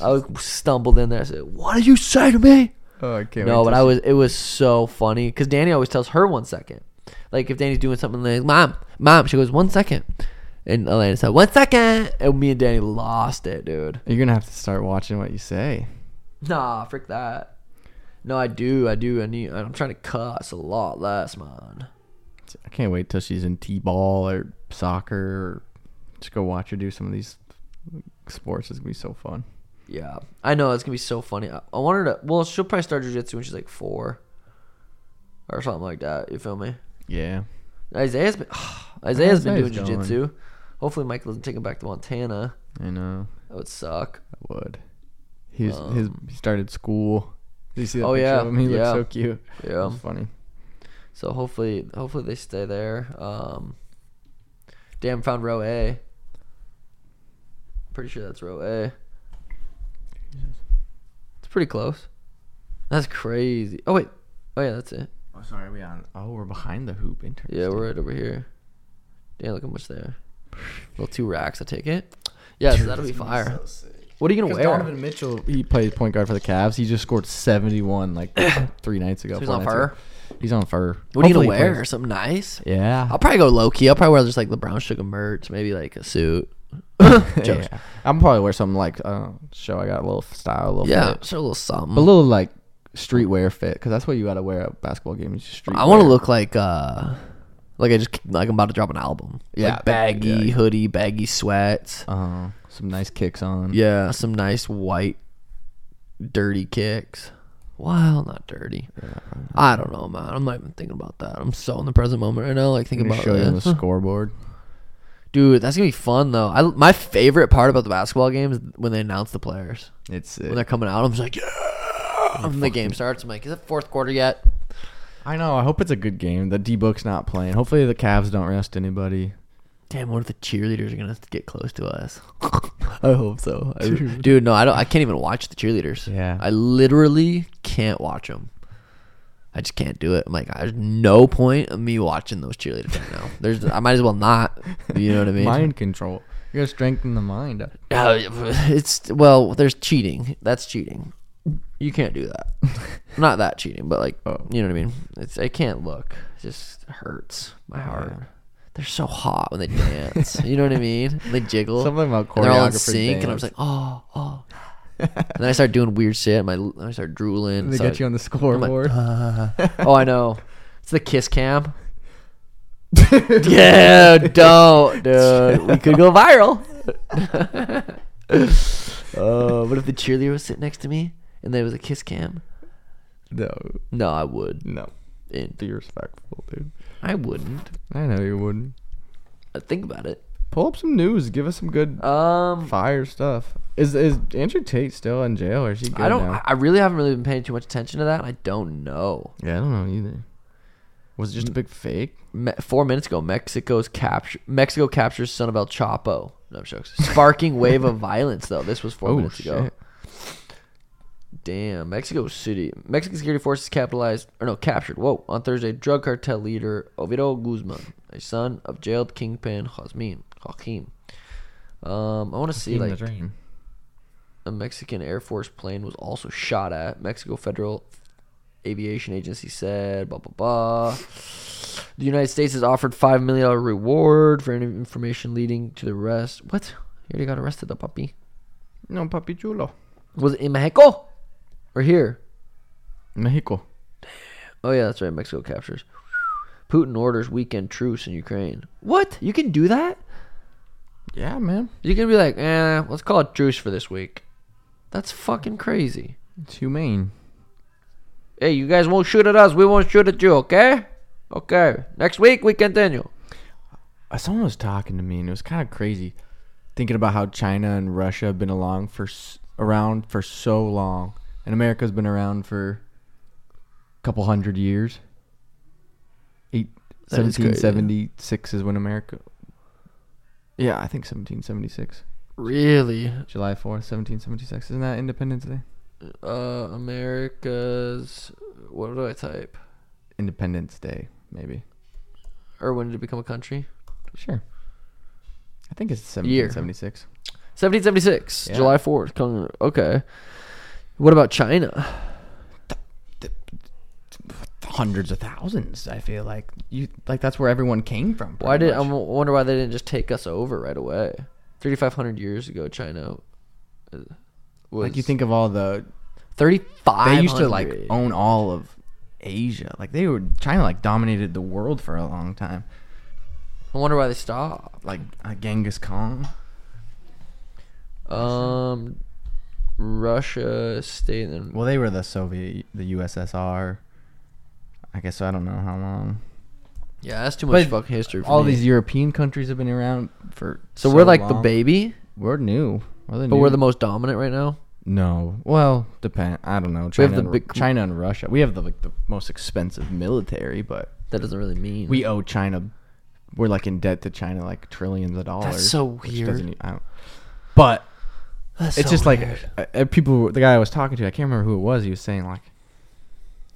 S1: I was, stumbled in there. I said, what did you say to me?
S2: [LAUGHS] Oh, I can't
S1: No,
S2: wait
S1: but
S2: till
S1: I was. It was so funny because Danny always tells her one second. Like if Danny's doing something, like mom, mom, she goes one second, and Elena said one second, and me and Danny lost it, dude.
S2: she- You're gonna have to start watching what you say.
S1: Nah, frick that. No, I do, I do. I need. I'm trying to cuss a lot less, man.
S2: I can't wait till she's in t-ball or soccer. Or just go watch her do some of these sports. It's gonna be so fun.
S1: Yeah, I know it's gonna be so funny. I, I want her to. Well, she'll probably start jujitsu when she's like four, or something like that. You feel me?
S2: Yeah.
S1: Isaiah's been [SIGHS] Isaiah's been doing
S2: Isaiah's going.
S1: jujitsu. Hopefully, Michael doesn't take him back to Montana.
S2: I know.
S1: That would suck.
S2: I would. He's his he started school. Did you see that
S1: Oh,
S2: picture
S1: yeah,
S2: of him? He
S1: yeah.
S2: looks so cute. It
S1: Yeah.
S2: was funny.
S1: So hopefully, hopefully they stay there. Um, damn, found row A. Pretty sure that's row A. It's pretty close. That's crazy. Oh wait, oh yeah, that's it.
S2: Oh, sorry, are we on? Oh, we're behind the hoop. Interesting.
S1: Yeah, we're right over here. Damn, look how much there. Little two racks. I take it. Yeah, so that'll be fire. What are you gonna
S2: Because
S1: wear?
S2: Donovan Mitchell, he plays point guard for the Cavs. He just scored 71 like
S1: [COUGHS]
S2: three nights ago.
S1: So he's
S2: four
S1: on
S2: nights
S1: fire?
S2: ago. He's on fire.
S1: what are you gonna
S2: Hopefully he
S1: wear?
S2: plays.
S1: Something nice.
S2: Yeah. [LAUGHS]
S1: I'll probably go low key. I'll probably wear just like LeBron Sugar merch, maybe like a suit. [LAUGHS] Jokes.
S2: [LAUGHS] yeah. I'm probably wear something like uh, show I got a little style, a little
S1: Yeah,
S2: fit.
S1: show a little something.
S2: But a little like streetwear fit because that's what you got to wear at basketball games. Street
S1: I want to look like uh like I just like I'm about to drop an album.
S2: Yeah,
S1: like baggy
S2: yeah, yeah.
S1: hoodie, baggy sweats.
S2: uh, some nice kicks on.
S1: Yeah, some nice white dirty kicks. Well, not dirty. I don't know, man. I'm not even thinking about that. I'm so in the present moment right now. Like
S2: I'm
S1: thinking
S2: gonna
S1: about
S2: show you on the
S1: this. [LAUGHS]
S2: scoreboard.
S1: dude. That's gonna be fun though. I, my favorite part about the basketball game is when they announce the players
S2: It's
S1: when they're coming out. I'm just like, yeah. And the game starts. I'm like, is it fourth quarter yet?
S2: I know. I hope it's a good game. The D book's not playing. Hopefully the Cavs don't rest anybody.
S1: Damn, what if the cheerleaders are gonna get close to us? [LAUGHS] I hope so, I- dude. No, I don't. I can't even watch the cheerleaders.
S2: Yeah.
S1: I literally can't watch them. I just can't do it. I'm like, there's no point of me watching those cheerleaders right now. There's, I might as well not. You know what I
S2: [LAUGHS]
S1: mean?
S2: Mind control. You gotta strengthen the mind.
S1: Uh, It's well, there's cheating. That's cheating. You can't do that.
S2: [LAUGHS]
S1: Not that cheating, but like,
S2: Oh.
S1: you know what I mean? It's I can't look. It just hurts my heart. They're so hot when they dance. you know what I
S2: [LAUGHS]
S1: mean? They jiggle.
S2: Something about
S1: And they're all in
S2: choreographer
S1: sync, and I was like,
S2: dance.
S1: oh, oh. [LAUGHS] and then I started doing weird shit. My I started drooling.
S2: [LAUGHS] They
S1: so
S2: get you on the scoreboard. [LAUGHS]
S1: oh, I know. It's the kiss cam. yeah,
S2: [LAUGHS]
S1: don't, dude. We could go viral. uh, what if the cheerleader was sitting next to me and there was a kiss cam?
S2: [LAUGHS] no,
S1: No, I would.
S2: no.
S1: And
S2: Be respectful, dude.
S1: I wouldn't.
S2: I know you wouldn't.
S1: I think about it.
S2: Pull up some news. Give us some good
S1: Um,
S2: fire stuff. Is is Andrew Tate still in jail or is she good
S1: I don't.
S2: now?
S1: I I really haven't really been paying too much attention to that. I don't know.
S2: yeah, I don't know either. Was it
S1: Mm.
S2: just a big fake?
S1: Me- four minutes ago, Mexico's capture Mexico captures son of El Chapo. No jokes.
S2: [LAUGHS]
S1: Sparking wave of violence though. This was four
S2: Oh
S1: minutes
S2: shit.
S1: ago. Damn, Mexico City. Mexican security forces capitalized or no captured. Whoa, on Thursday, drug cartel leader Oviedo Guzman, a son of jailed kingpin Josmin Joaquin. Um, I want to see
S2: Eating the
S1: like
S2: dream.
S1: a Mexican Air Force plane was also shot at. Mexico Federal Aviation Agency said, blah, blah, blah. The United States has offered $5 million reward for any information leading to the arrest. What? He already got arrested, the puppy.
S2: No, papi chulo.
S1: Was it in Mexico? Or here?
S2: Mexico.
S1: Oh, yeah, that's right. Mexico captures. Putin orders weekend truce in Ukraine. What? You can do that?
S2: Yeah, man.
S1: You can be like, eh, let's call it truce for this week. That's fucking crazy.
S2: It's humane.
S1: Hey, you guys won't shoot at us. We won't shoot at you, okay? Okay. Next week, we continue.
S2: Uh, someone was talking to me and it was kind of crazy thinking about how China and Russia have been along for s- around for so long and America's been around for a couple hundred years. Eight,
S1: That is crazy.
S2: 1776 is when America Yeah, I think 1776.
S1: Really?
S2: July 4th, 1776. Isn't that Independence Day?
S1: Uh, America's what do I type?
S2: Independence Day, maybe.
S1: Or when did it become a country?
S2: Sure. I think it's
S1: Year.
S2: 1776.
S1: 1776,
S2: Yeah.
S1: July 4th. Kong- Okay. What about China?
S2: Hundreds of thousands. I feel like you like that's where everyone came from.
S1: Why
S2: pretty
S1: did I
S2: much.
S1: wonder why they didn't just take us over right away? 3,500 years ago, China uh, was
S2: like you think of all the
S1: 35.
S2: they used to like own all of Asia. Like they were China like dominated the world for a long time.
S1: I wonder why they stopped.
S2: Like uh, Genghis Khan.
S1: Um, Russia stayed in.
S2: Well, they were the Soviet, the USSR. I guess I don't know how long.
S1: Yeah, that's too much
S2: But
S1: fucking history. For
S2: All
S1: me.
S2: these European countries have been around for
S1: So, we're like the
S2: long.
S1: baby,
S2: We're new. We're the
S1: but
S2: new.
S1: we're the most dominant right now.
S2: No. Well, depend. I don't know.
S1: We have
S2: China,
S1: the
S2: and,
S1: big-
S2: China and Russia. We have the like the most expensive military, but
S1: That doesn't really mean
S2: we owe China. We're like in debt to China, like trillions of dollars.
S1: so
S2: which
S1: weird.
S2: doesn't e- I don't- but
S1: That's
S2: it's
S1: so
S2: just like
S1: weird.
S2: uh, uh, people. The guy I was talking to, I can't remember who it was. He was saying like,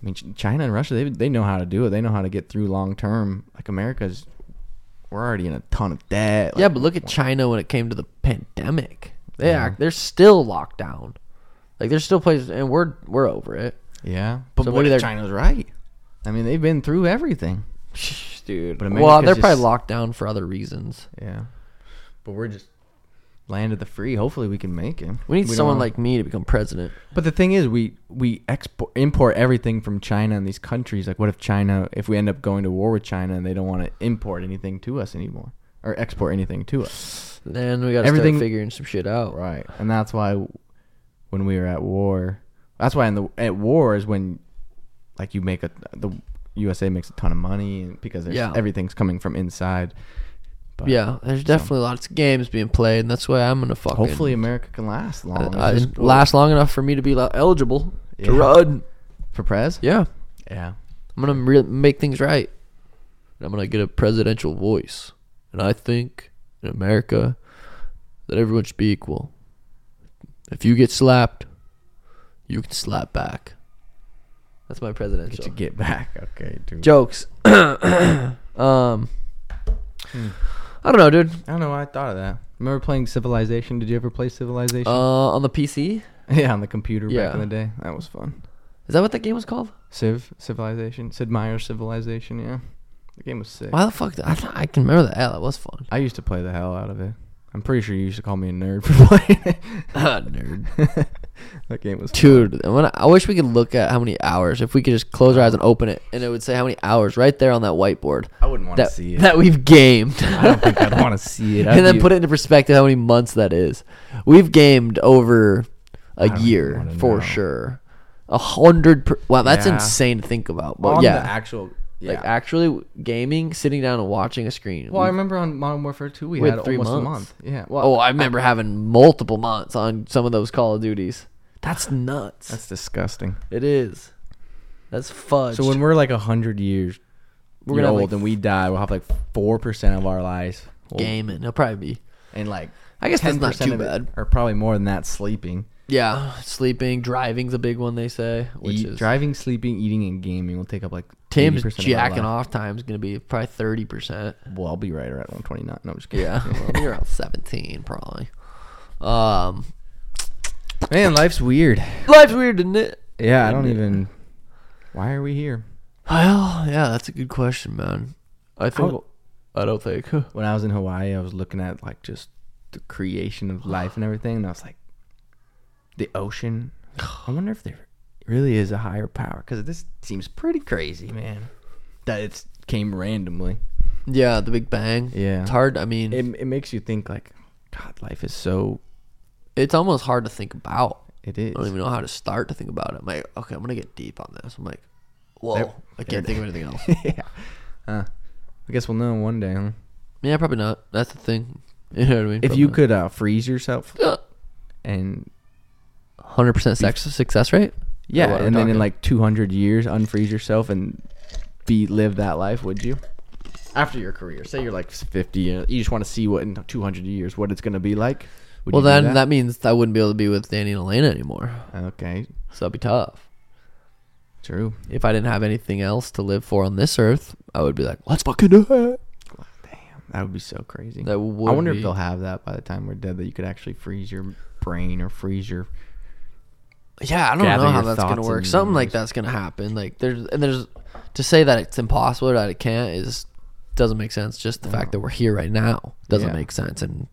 S2: I mean, Ch- China and Russia, they they know how to do it. They know how to get through long term. Like America's, we're already in a ton of debt.
S1: yeah,
S2: Like,
S1: but look at China when it came to the pandemic. They
S2: Yeah.
S1: act, they're still locked down. Like there's still places, and we're we're over
S2: [LAUGHS]
S1: it,
S2: yeah. But
S1: So
S2: what
S1: maybe
S2: if
S1: they're-
S2: China's right? I mean, they've been through everything.
S1: dude.
S2: But
S1: well,
S2: America's
S1: they're probably
S2: just-
S1: locked down for other reasons.
S2: Yeah. But we're just land of the free. Hopefully we can make it.
S1: We need
S2: don't
S1: someone
S2: wanna-
S1: like me to become president.
S2: But the thing is we we export import everything from China and these countries. Like what if China if we end up going to war with China and they don't want to import anything to us anymore or export anything to us.
S1: Then we got to start
S2: Everything-
S1: figuring some shit out.
S2: Right. And that's why when we were at war, that's why in the at war is when like you make a the USA makes a ton of money and because there's,
S1: Yeah.
S2: everything's coming from inside. But
S1: Yeah, there's definitely lots of games being played, and that's why I'm gonna fucking
S2: Hopefully America can last
S1: uh,
S2: long.
S1: uh,
S2: This-
S1: last long enough for me to be lo- eligible to
S2: Yeah.
S1: run.
S2: for Prez?
S1: Yeah,
S2: Yeah.
S1: I'm gonna re- make things right. And I'm gonna get a presidential voice, and I think in America that everyone should be equal. If you get slapped, you can slap back. That's my presidential
S2: To get back. Okay, dude.
S1: jokes. [COUGHS] um, I don't know, dude.
S2: I don't know why I thought of that. Remember playing Civilization? Did you ever play Civilization?
S1: Uh, on the PC,
S2: [LAUGHS] yeah, on the computer
S1: yeah.
S2: back in the day. That was fun.
S1: is that what that game was called?
S2: Civ Civilization. Sid Meier's Civilization, yeah. The game was sick.
S1: Why the fuck? did- I thought I can remember that. Yeah, that was
S2: [LAUGHS]
S1: fun.
S2: I used to play the hell out of it. I'm pretty sure you used to call me a nerd for [LAUGHS] playing it.
S1: Nerd.
S2: [LAUGHS] that game was
S1: Dude, I, wanna, I wish we could look at how many hours. If we could just close our eyes and open it, and it would say how many hours right there on that whiteboard
S2: I wouldn't want to
S1: that
S2: see it.
S1: that we've gamed,
S2: I don't think I'd want to see
S1: [LAUGHS]
S2: it.
S1: and then put it into perspective how many months that is. We've gamed over
S2: I
S1: a
S2: don't even
S1: year
S2: wanna
S1: for
S2: know.
S1: sure. A hundred. Per, wow, that's
S2: Yeah.
S1: insane to think about. But
S2: on
S1: yeah,
S2: the actual yeah.
S1: like actually gaming, sitting down and watching a screen.
S2: well, I
S1: We've-
S2: remember on Modern Warfare 2 we,
S1: We had
S2: had
S1: three
S2: almost a
S1: months.
S2: month. Yeah. Well,
S1: oh, I remember having multiple months on some of those Call of Duties. That's nuts.
S2: that's disgusting.
S1: It is. That's fudge.
S2: So when we're like hundred years
S1: We're
S2: we're
S1: gonna have,
S2: old
S1: like,
S2: and we die, we'll have like four percent of our lives will-
S1: gaming, it'll probably be.
S2: and like
S1: I guess that's not
S2: 10%
S1: too
S2: of it-
S1: bad.
S2: or probably more than that. Sleeping,
S1: Yeah, [SIGHS] sleeping, driving's a big one they say. Which
S2: Eat-
S1: is
S2: driving, sleeping, eating, and gaming will take up like
S1: Tim's
S2: 80% of our
S1: jacking
S2: life.
S1: off time's gonna be probably thirty percent.
S2: Well, I'll be right around one twenty nine. No, I'm just kidding.
S1: [LAUGHS] Yeah, [LAUGHS] well, you're around seventeen probably. Um,
S2: [LAUGHS] Man, life's weird.
S1: life's weird, isn't it?
S2: Yeah, I don't even. Why are we here?
S1: Well, yeah, that's a good question, man. I think.
S2: I'll-
S1: I don't think. [LAUGHS]
S2: When I was in Hawaii, I was looking at like just the creation of life and everything, and I was like, the ocean. I wonder if there really is a higher power because this seems pretty crazy, man. That it's came randomly.
S1: Yeah, the Big Bang.
S2: Yeah.
S1: it's hard. I mean,
S2: It it makes you think like, God, life is so.
S1: it's almost hard to think about.
S2: It is.
S1: I don't even know how to start to think about it. I'm like, okay, I'm gonna get deep on this. I'm like, whoa,
S2: There-
S1: I can't think of anything else.
S2: yeah. Huh. I guess we'll know one day. Huh?
S1: yeah, probably not. That's the thing. You know what I mean?
S2: If you could uh, freeze yourself and
S1: hundred percent sex success rate.
S2: yeah,
S1: what I'm
S2: and then
S1: talking.
S2: in like 200 years, unfreeze yourself and be live that life, would you? After your career, say you're like 50, uh, you just want to see what in 200 years what it's gonna be like. Would
S1: well,
S2: you do
S1: then that? means I wouldn't be able to be with Danny and Elena anymore.
S2: okay.
S1: So that'd be tough.
S2: True.
S1: If I didn't have anything else to live for on this earth, I would be like, let's fucking do it.
S2: That would be so crazy.
S1: That would
S2: I wonder
S1: be-
S2: if they'll have that by the time we're dead that you could actually freeze your brain or freeze your
S1: Yeah, I don't
S2: gather
S1: know how
S2: your
S1: that's gonna
S2: thoughts
S1: work.
S2: and
S1: Something like
S2: just-
S1: that's gonna happen. Like there's and there's to say that it's impossible or that it can't is doesn't make sense. Just the fact that we're here right now doesn't
S2: Yeah.
S1: make sense, and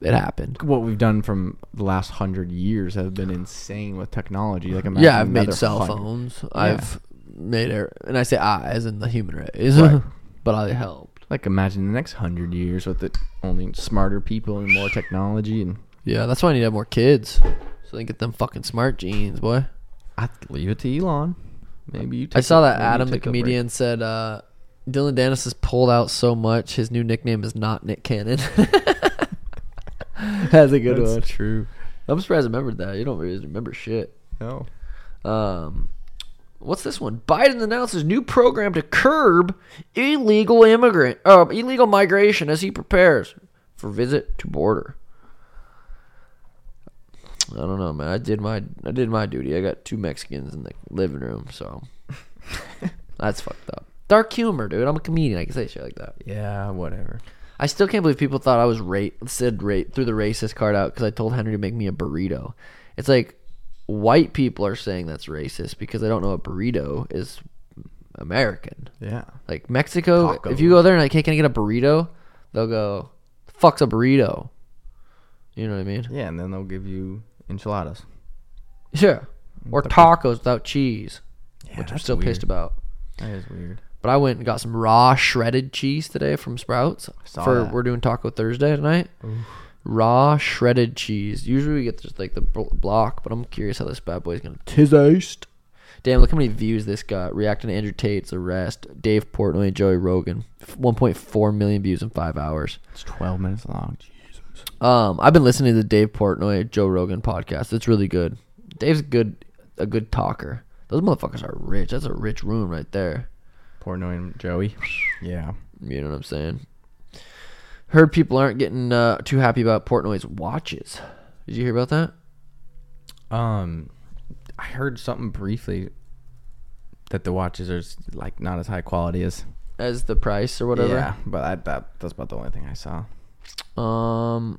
S1: it happened.
S2: what we've done from the last hundred years have been insane with technology. Like imagine
S1: yeah, I've made
S2: another
S1: cell
S2: 100.
S1: phones.
S2: Yeah.
S1: I've made air, and I say I as in the human race,
S2: Right.
S1: [LAUGHS] but I helped.
S2: Like imagine the next hundred years with it only smarter people and more technology and
S1: Yeah, that's why I need to have more kids, so they can get them fucking smart genes, boy.
S2: I'd leave it to Elon. Maybe you. Take
S1: I saw
S2: a-
S1: that
S2: maybe you
S1: Adam, the
S2: take a break.
S1: comedian, said uh, Dylan Dennis has pulled out so much. His new nickname is not Nick Cannon. [LAUGHS] That's a good
S2: That's
S1: one.
S2: true.
S1: I'm surprised I remembered that. You don't really remember shit.
S2: No.
S1: Um, what's this one? Biden announces new program to curb illegal immigrant, uh, illegal migration as he prepares for visit to border. I don't know, man. I did my I did my duty. I got two Mexicans in the living room, so that's fucked up. Dark humor, dude. I'm a comedian. I can say shit like that.
S2: Yeah. Whatever.
S1: I still can't believe people thought I was rate said rate threw the racist card out because I told Henry to make me a burrito. It's like white people are saying that's racist because they don't know a burrito is American.
S2: Yeah.
S1: Like Mexico, if you go there and like, hey, can I get a burrito? They'll go, fuck's a burrito. You know what I mean?
S2: Yeah, and then they'll give you enchiladas.
S1: Yeah. Or tacos without cheese, which I'm
S2: that's
S1: still pissed
S2: weird.
S1: about.
S2: That is weird.
S1: But I went and got some raw shredded cheese today from Sprouts.
S2: saw
S1: for
S2: that.
S1: we're doing Taco Thursday tonight. Raw shredded cheese. Usually we get just like the bl- block, but I'm curious how this bad boy's gonna taste. Damn! Look how many views this got. Reacting to Andrew Tate's arrest, Dave Portnoy, Joey Rogan, F- 1.4 million views in five hours.
S2: It's twelve minutes long. Jesus.
S1: Um, I've been listening to the Dave Portnoy, Joe Rogan podcast. It's really good. Dave's good, a good talker. Those motherfuckers are rich. That's a rich room right there.
S2: Poor annoying Joey. yeah.
S1: You know what I'm saying? Heard people aren't getting uh, too happy about Portnoy's watches. Did you hear about that?
S2: Um, I heard something briefly that the watches are s- like not as high quality as
S1: As the price or whatever.
S2: Yeah, but I, that that's about the only thing I saw.
S1: Um.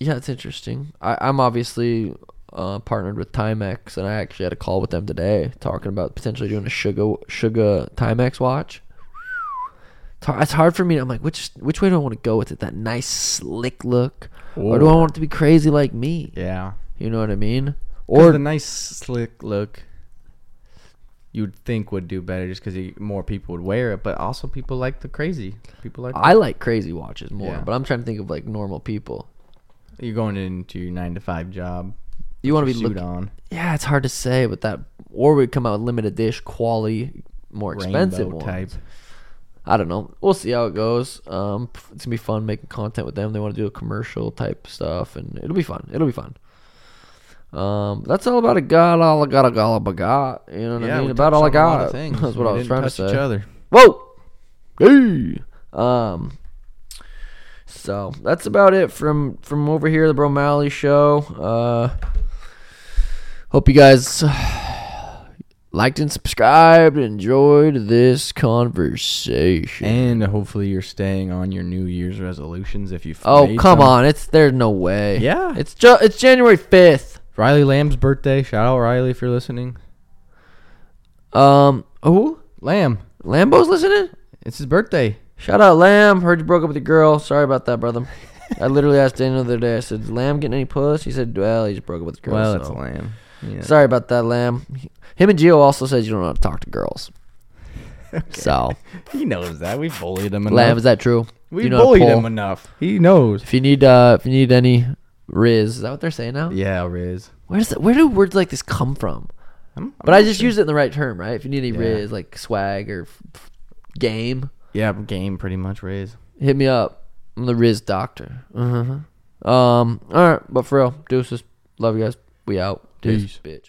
S1: Yeah, it's interesting. I, I'm obviously uh, partnered with Timex, and I actually had a call with them today talking about potentially doing a sugar sugar Timex watch. It's har- It's hard for me. I'm like, which which way do I want to go with it? That nice slick look, or do I
S2: Or-
S1: want it to be crazy like me?
S2: Yeah.
S1: You know what I mean?
S2: Or the nice slick look you'd think would do better just because more people would wear it, but also people like the crazy. People like
S1: I like crazy watches more,
S2: Yeah.
S1: but I'm trying to think of like normal people.
S2: you're going into your nine to five job.
S1: You want to
S2: your
S1: be
S2: suit
S1: looking,
S2: on
S1: yeah, it's hard to say, but that or we come out with limited dish quality, more expensive
S2: rainbow
S1: ones.
S2: type.
S1: I don't know. We'll see how it goes. Um, it's gonna be fun making content with them. They want to do a commercial type stuff, and it'll be fun. It'll be fun. Um, that's all about a god, all I got, a god, all I got. You know what I mean? About all I got. [LAUGHS] That's what I was trying to say.
S2: Each other.
S1: Whoa. Hey. Um. So that's about it from from over here, the Bro Malley Show. Uh, hope you guys [SIGHS] liked and subscribed, enjoyed this conversation.
S2: And hopefully you're staying on your New Year's resolutions if you've
S1: oh
S2: made
S1: come
S2: some.
S1: on! It's there's no way.
S2: Yeah.
S1: It's ju- it's January fifth.
S2: Riley Lamb's birthday. Shout out Riley if you're listening.
S1: Um. Who?
S2: Lamb.
S1: Lambo's listening.
S2: It's his birthday.
S1: Shout out Lamb. Heard you broke up with your girl. Sorry about that,
S2: [LAUGHS]
S1: brother. I literally asked Daniel the other day. I said, "Is Lamb getting any puss?" He said, "Well, he just broke up with his girl."
S2: Well,
S1: so.
S2: it's Lamb. Yeah.
S1: Sorry about that, Lamb. Him and Gio also says you don't know how to talk to
S2: [LAUGHS]
S1: girls. So,
S2: He knows that. We bullied him enough.
S1: Lamb, is that true?
S2: we
S1: You know how to
S2: bullied
S1: pull?
S2: him enough. He knows.
S1: If you need, uh, if you need any Riz, is that what they're saying now?
S2: Yeah, Riz.
S1: Where does that, where do words like this come from? But I just use it in the right term, right? If you need any Riz, like swag or f- f- game,
S2: Yeah, game pretty much Riz.
S1: hit me up. I'm the Riz doctor. Uh-huh. Um, all right, but for real, deuces. Love you guys. We out. Deuces, bitch.